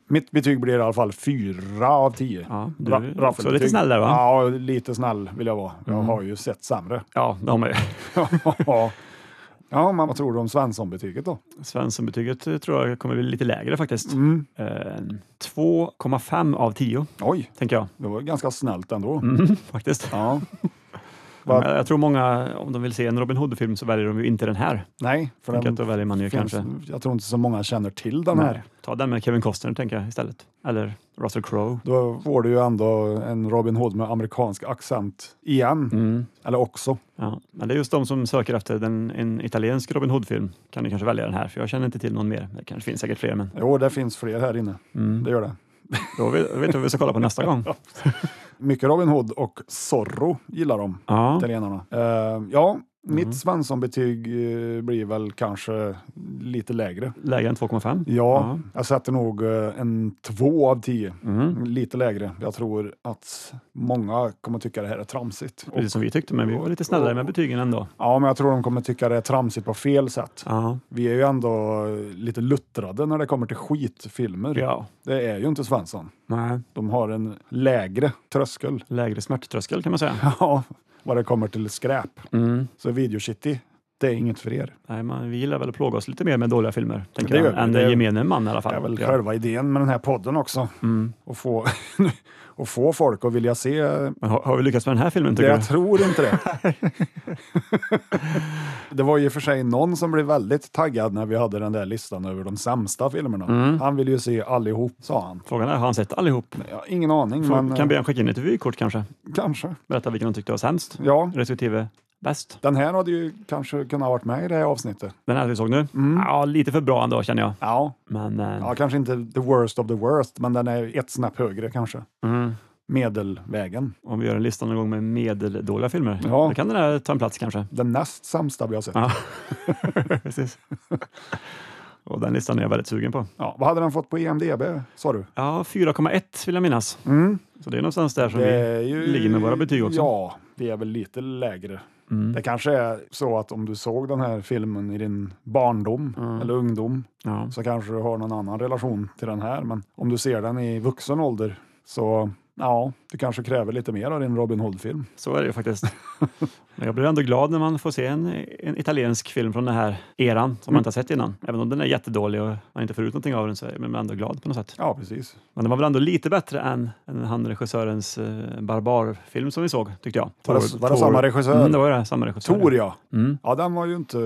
E: Mitt betyg blir i alla fall fyra av tio.
D: Ja, du
E: Ra-
D: är också
E: raffelbetyg.
D: lite snäll där, va? Mm.
E: Ja, lite snäll vill jag vara. Jag har ju sett sämre.
D: Ja, det har man ju.
E: ja, men vad tror du om Svensson-betyget då?
D: Svenssonbetyget eh, tror jag kommer bli lite lägre faktiskt.
E: Mm.
D: Eh, 2,5 av 10
E: Oj,
D: tänker jag Mm.
E: det var ganska snällt ändå.
D: faktiskt.
E: Ja.
D: Men Jag tror många, om de vill se en Robin Hood-film så väljer de ju inte den här.
E: Nej, för
D: Tänker
E: den
D: att då väljer man ju
E: finns-
D: kanske
E: Jag tror inte så många känner till den
D: Nej,
E: här.
D: Ta den med Kevin Costner tänker jag istället. Eller Russell Crowe.
E: Då får du ju ändå en Robin Hood med amerikansk accent igen.
D: Mm.
E: Eller också.
D: Ja, men det är just de som söker efter den, en italiensk Robin Hood-film kan du kanske välja den här, för jag känner inte till någon mer. Det kanske finns säkert fler, men
E: Jo, det finns fler här inne. Det gör det.
D: då vet då vet vi vad vi ska kolla på nästa gång.
E: Mycket Robin Hood och Zorro gillar de,
D: Ja. Mm.
E: italienarna. Eh, ja, mitt Svensson-betyg eh, blir väl kanske lite lägre.
D: Lägre än 2,5?
E: Ja, jag sätter nog eh, en två av tio.
D: Mm.
E: Lite lägre. Jag tror att många kommer tycka det här är tramsigt.
D: Precis som vi tyckte, men vi var lite snällare med betygen ändå.
E: Ja, men jag tror de kommer tycka det är tramsigt på fel sätt.
D: Ja.
E: Vi är ju ändå lite luttrade när det kommer till skitfilmer.
D: Ja.
E: Det är ju inte Svensson.
D: Nej.
E: De har en lägre tröskel.
D: Lägre smärttröskel kan man säga.
E: Ja, vad det kommer till skräp.
D: Mm.
E: Så Video City, det är inget för er.
D: Nej, man, vi gillar väl att plåga oss lite mer med dåliga filmer, tänker
E: det gör
D: jag,
E: vi.
D: än
E: Det
D: den
E: är-
D: gemene man i alla
E: Det är
D: fall.
E: väl
D: Ja.
E: själva idén med den här podden också.
D: Mm.
E: Att få, att få folk att vilja se.
D: Men har, har vi lyckats med den här filmen,
E: Det
D: tycker du?
E: jag tror inte det. det var ju för sig någon som blev väldigt taggad när vi hade den där listan över de sämsta filmerna.
D: Mm.
E: Han vill ju se allihop, sa han.
D: Frågan är, har han sett allihop?
E: Jag har ingen aning,
D: Får,
E: men
D: kan Björn skicka in ett vykort kanske?
E: kanske.
D: Berätta vilken han tyckte var sämst,
E: Ja,
D: respektive bäst.
E: den här hade ju kanske kunnat varit med i det här avsnittet.
D: Den här vi såg nu? Ja, lite för bra ändå känner jag.
E: Ja,
D: Men eh,
E: Mm. ja kanske inte the worst of the worst, men den är ett snäpp högre kanske.
D: mm,
E: Medelvägen.
D: om vi gör en lista någon gång med medeldåliga filmer,
E: Ja.
D: då kan den här ta en plats kanske.
E: Den näst sämsta vi har sett.
D: Ja, precis. Och den listan är jag väldigt sugen på.
E: Ja, vad hade den fått på E EMDB, sa du?
D: Ja, 4,1 vill jag minnas.
E: Mm.
D: Så det är någonstans där som
E: Det är
D: vi
E: Eh, ju-
D: ligger med våra betyg också.
E: Ja, vi är väl lite lägre.
D: Mm.
E: Det kanske är så att om du såg den här filmen i din barndom eller ungdom
D: Ja.
E: så kanske du har någon annan relation till den här. Men om du ser den i vuxen ålder så ja, du kanske kräver lite mer av din Robin Hood-film.
D: Så är det ju faktiskt. Men jag blir ändå glad när man får se en, en italiensk film från den här eran
E: Mm.
D: som man inte har sett innan. Även om den är jättedålig och man inte får ut någonting av den så är man ändå glad på något sätt.
E: Ja, precis.
D: Men den var väl ändå lite bättre än, än han regissörens eh, barbarfilm som vi såg, tyckte jag.
E: Var det-
D: Thor-
E: var det
D: Thor-
E: samma regissör?
D: Mm, det var det, samma regissör.
E: Tor ja.
D: Mm.
E: Ja, den var ju inte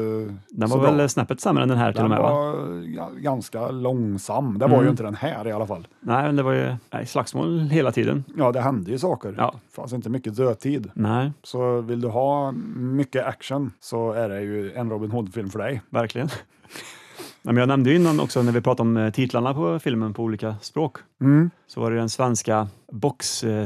D: Den
E: så
D: var
E: bra.
D: väl snäppet sämre än den här till och
E: Den
D: med, va?
E: var ga- ganska långsam. Det var
D: Mm.
E: ju inte den här i alla fall.
D: Nej, men det var ju nej, slagsmål hela tiden.
E: Ja, det hände ju saker.
D: Ja.
E: Det fanns inte mycket dödtid.
D: Nej,
E: Så vill du ha mycket action så är det ju en Robin Hood-film för dig.
D: verkligen. Nej, men jag nämnde ju innan också när vi pratade om eh, titlarna på filmen på olika språk,
E: Mm.
D: så var det den svenska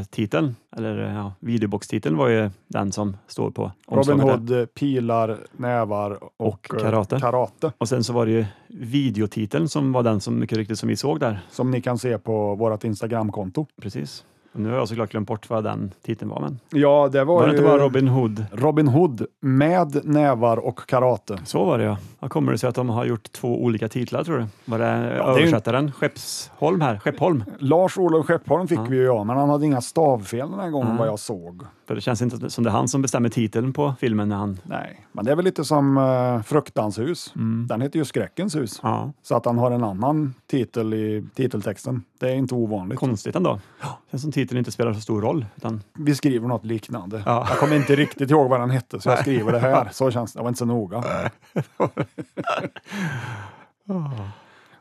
D: boxtiteln, eller eh, ja, videoboxtiteln var ju den som står på
E: Robin
D: omslaget där.
E: Hood, eh, pilar, nävar och,
D: Och
E: eh,
D: karate.
E: karate.
D: Och sen så var det ju videotiteln som var den som mycket riktigt som vi såg där.
E: Som ni kan se på vårt Instagramkonto.
D: Precis. Och nu har jag såklart glömt bort vad den titeln var, men
E: Ja, det var,
D: var det
E: ju
D: inte bara Robin Hood?
E: Robin Hood med nävar och karate.
D: Så var det ja. Vad kommer det sig att de har gjort två olika titlar tror du? Var det
E: Ja, det är ju-
D: översättaren Skeppsholm här? Skeppholm?
E: Lars-Olof Skeppholm fick
D: Ja.
E: vi ju ja, men han hade inga stavfel den här gången
D: Mm.
E: vad jag såg.
D: För det känns inte som det är han som bestämmer titeln på filmen när han...
E: Nej, men det är väl lite som uh, Fruktans hus. Den heter ju Skräckens hus.
D: Mm. Ja,
E: Så att han har en annan titel i titeltexten. Det är inte ovanligt.
D: konstigt ändå. Känns som titeln inte spelar så stor roll. Utan...
E: Vi skriver något liknande.
D: Ja.
E: Jag kommer inte riktigt ihåg vad den hette, så jag skriver det här. Så känns det. Jag var inte så noga.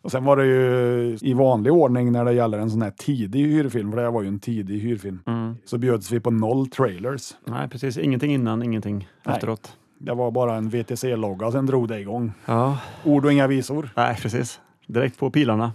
E: Och sen var det ju i vanlig ordning när det gäller en sån här tidig hyrfilm, för det här var ju en tidig hyrfilm,
D: Mm.
E: så bjöds vi på noll trailers.
D: Nej, precis. Ingenting innan, ingenting
E: Nej.
D: efteråt.
E: Det var bara en VTC-logga, sen drog det igång.
D: Ja,
E: Ord och inga visor.
D: nej precis. Direkt på pilarna,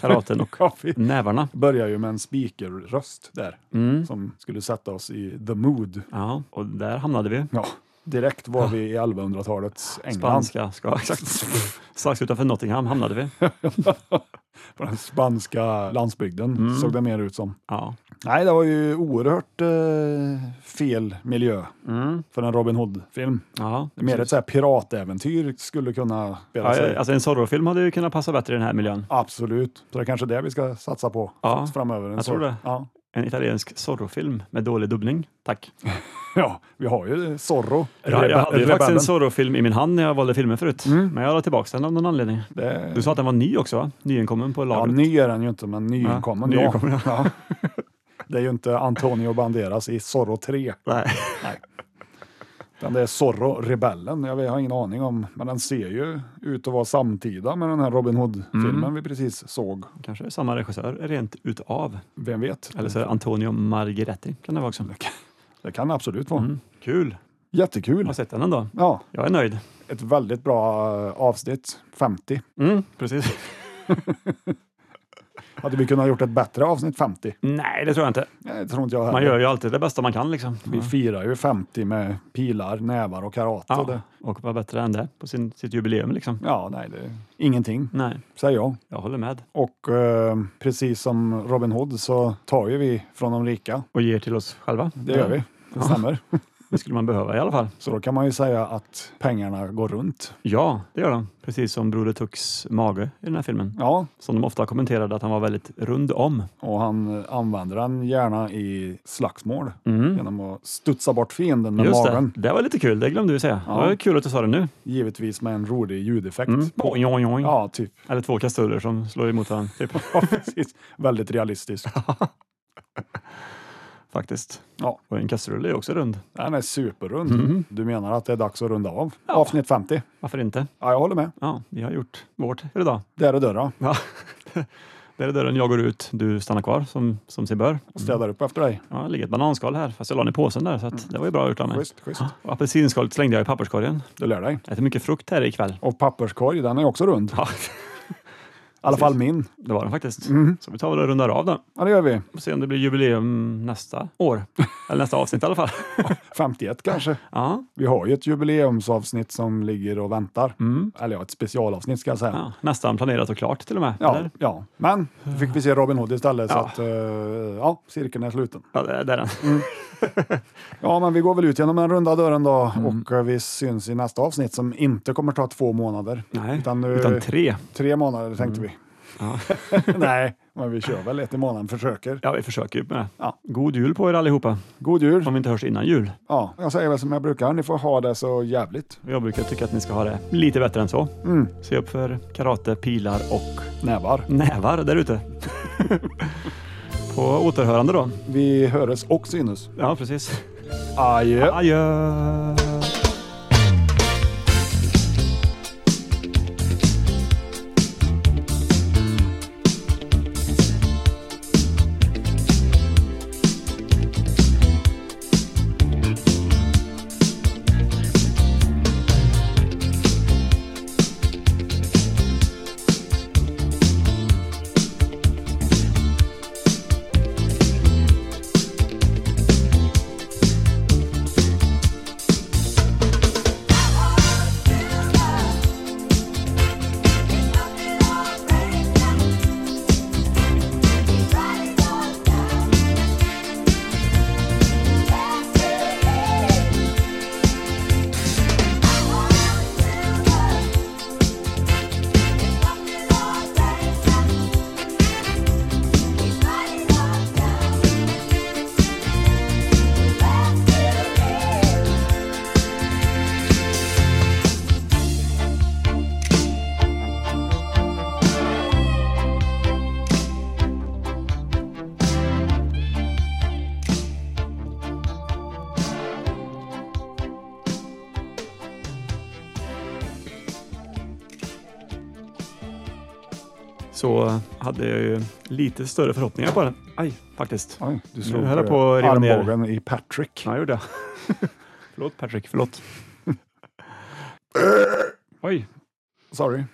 D: karaten och
E: Ja, vi
D: nävarna.
E: börjar ju med en speakerröst där,
D: Mm.
E: som skulle sätta oss i the mood.
D: Ja, och där hamnade vi.
E: Ja, direkt var vi i 1100-talets England.
D: Spanska, ska, exakt. Strax utanför Nottingham hamnade vi.
E: på den spanska landsbygden,
D: Mm.
E: såg det mer ut som.
D: Ja.
E: Nej, det var ju oerhört eh, fel miljö
D: Mm.
E: för en Robin Hood-film.
D: Ja,
E: Mer ett så här piratäventyr skulle kunna spela sig.
D: Ja, alltså en Zorro-film hade ju kunnat passa bättre i den här miljön.
E: Absolut. Så det är kanske det vi ska satsa på
D: Ja,
E: framöver. En
D: jag
E: sån-
D: tror det.
E: Ja.
D: En italiensk Zorro-film med dålig dubbning. Tack.
E: ja, vi har ju Zorro.
D: Jag, jag hade ju faktiskt en
E: Rebellen.
D: Zorro-film i min hand när jag valde filmer förut, men jag la tillbaka den av någon anledning.
E: Mm. Det-
D: Du sa att den var ny också, va? Nyinkommen på
E: Ja,
D: lagret.
E: ny är den ju inte, men nyinkommen.
D: Ja,
E: Ja,
D: nyinkommen,
E: ja. Det är ju inte Antonio Banderas i Zorro 3.
D: Nej.
E: Nej. Den där Zorro, rebellen, jag vet- har ingen aning om, men den ser ju ut att vara samtida med den här Robin Hood-filmen
D: Mm.
E: vi precis såg.
D: Kanske det är samma regissör rent utav.
E: Vem vet?
D: Eller så är det Antonio Margheriti kan det vara också.
E: Det kan det absolut vara.
D: Mm. Kul!
E: Jättekul!
D: Har sett den ändå.
E: Ja.
D: Jag är nöjd.
E: Ett väldigt bra eh, avsnitt, 50.
D: Mm, precis.
E: Hade vi kunnat gjort ett bättre avsnitt 50?
D: Nej, det tror jag inte.
E: Nej, det tror inte jag heller.
D: Man gör ju alltid det bästa man kan liksom.
E: Vi firar ju 50 med pilar, nävar och karate.
D: Ja,
E: Det,
D: och vad bättre än det på sin, sitt jubileum liksom.
E: Ja, nej, det... ingenting,
D: Nej,
E: säger jag.
D: jag håller med.
E: Och eh, precis som Robin Hood så tar ju vi från de rika.
D: Och ger till oss själva.
E: Det gör vi. Det stämmer.
D: Det skulle man behöva i alla fall.
E: Så då kan man ju säga att pengarna går runt.
D: Ja, det gör de. Precis som Broder Tucks mage i den här filmen.
E: Ja,
D: Som de ofta kommenterade att han var väldigt rund om.
E: och han eh, använder den gärna i slagsmål
D: Mm.
E: genom att studsa bort fienden med
D: Just
E: magen.
D: det, det var lite kul. Det glömde du säga.
E: Ja.
D: Det var kul att du sa det nu.
E: Givetvis med en rolig ljudeffekt.
D: Mm. Oing, oing, oing.
E: Ja, typ.
D: Eller två kastruller som slår emot varandra. Typ.
E: Precis. Väldigt realistiskt.
D: Faktiskt.
E: Ja.
D: Och en kastrull är också rund.
E: Den är superrund.
D: Mhm.
E: Du menar att det är dags att runda av? Avsnitt 50.
D: Varför inte?
E: Ja, jag håller med.
D: Ja, vi har gjort vårt för idag.
E: Där är dörra.
D: Ja. Där är dörren. Jag går ut. Du stannar kvar som, som sig bör.
E: Och städar upp efter dig.
D: Ja, det ligger ett bananskal här, fast jag la den i påsen där, så att det var ju bra gjort av mig.
E: Schysst, schysst.
D: Och apelsinskalet slängde jag i papperskorgen.
E: Du lär dig.
D: Jag äter mycket frukt här ikväll.
E: Och papperskorg, den är också rund.
D: Ja.
E: I alla fall min.
D: Det var den faktiskt.
E: Mhm.
D: Så vi tar väl och rundar av då.
E: Ja, det gör vi.
D: Får se om det blir jubileum nästa år. Eller nästa avsnitt i alla fall.
E: 51 kanske.
D: Ja,
E: Vi har ju ett jubileumsavsnitt som ligger och väntar. Eller ja, ett specialavsnitt ska jag säga.
D: Mm. ja. nästan planerat och klart till och med.
E: Ja,
D: eller?
E: ja. men då fick vi se Robin Hood istället så
D: Ja.
E: att eh, ja, cirkeln är sluten.
D: ja det, det är den.
E: Mm. Ja, men vi går väl ut genom den runda dörren då
D: Mm.
E: och eh, vi syns i nästa avsnitt som inte kommer ta två månader.
D: Nej,
E: Utan, eh,
D: utan tre. Mm.
E: Tre månader tänkte vi.
D: Ja.
E: Nej, men vi kör väl ett i månaden, försöker.
D: ja, vi försöker ju med det.
E: Ja.
D: God jul på er allihopa,
E: God jul!
D: om vi inte hörs innan jul.
E: Ja, jag säger väl som jag brukar, ni får ha det så jävligt.
D: Jag brukar tycka att ni ska ha det lite bättre än så.
E: Mm.
D: Se upp för karate, pilar och
E: Nävar.
D: nävar där ute. På återhörande då.
E: Vi höres och synes.
D: Ja, precis.
E: Adjö!
D: Adjö! så hade jag ju lite större förhoppningar på den. Aj, faktiskt.
E: Oj, du slog
D: höll jag
E: eh,
D: på att riva ner.
E: armbågen i Patrick.
D: Ja, jag gjorde jag. förlåt Patrick, förlåt. Oj,
E: Sorry.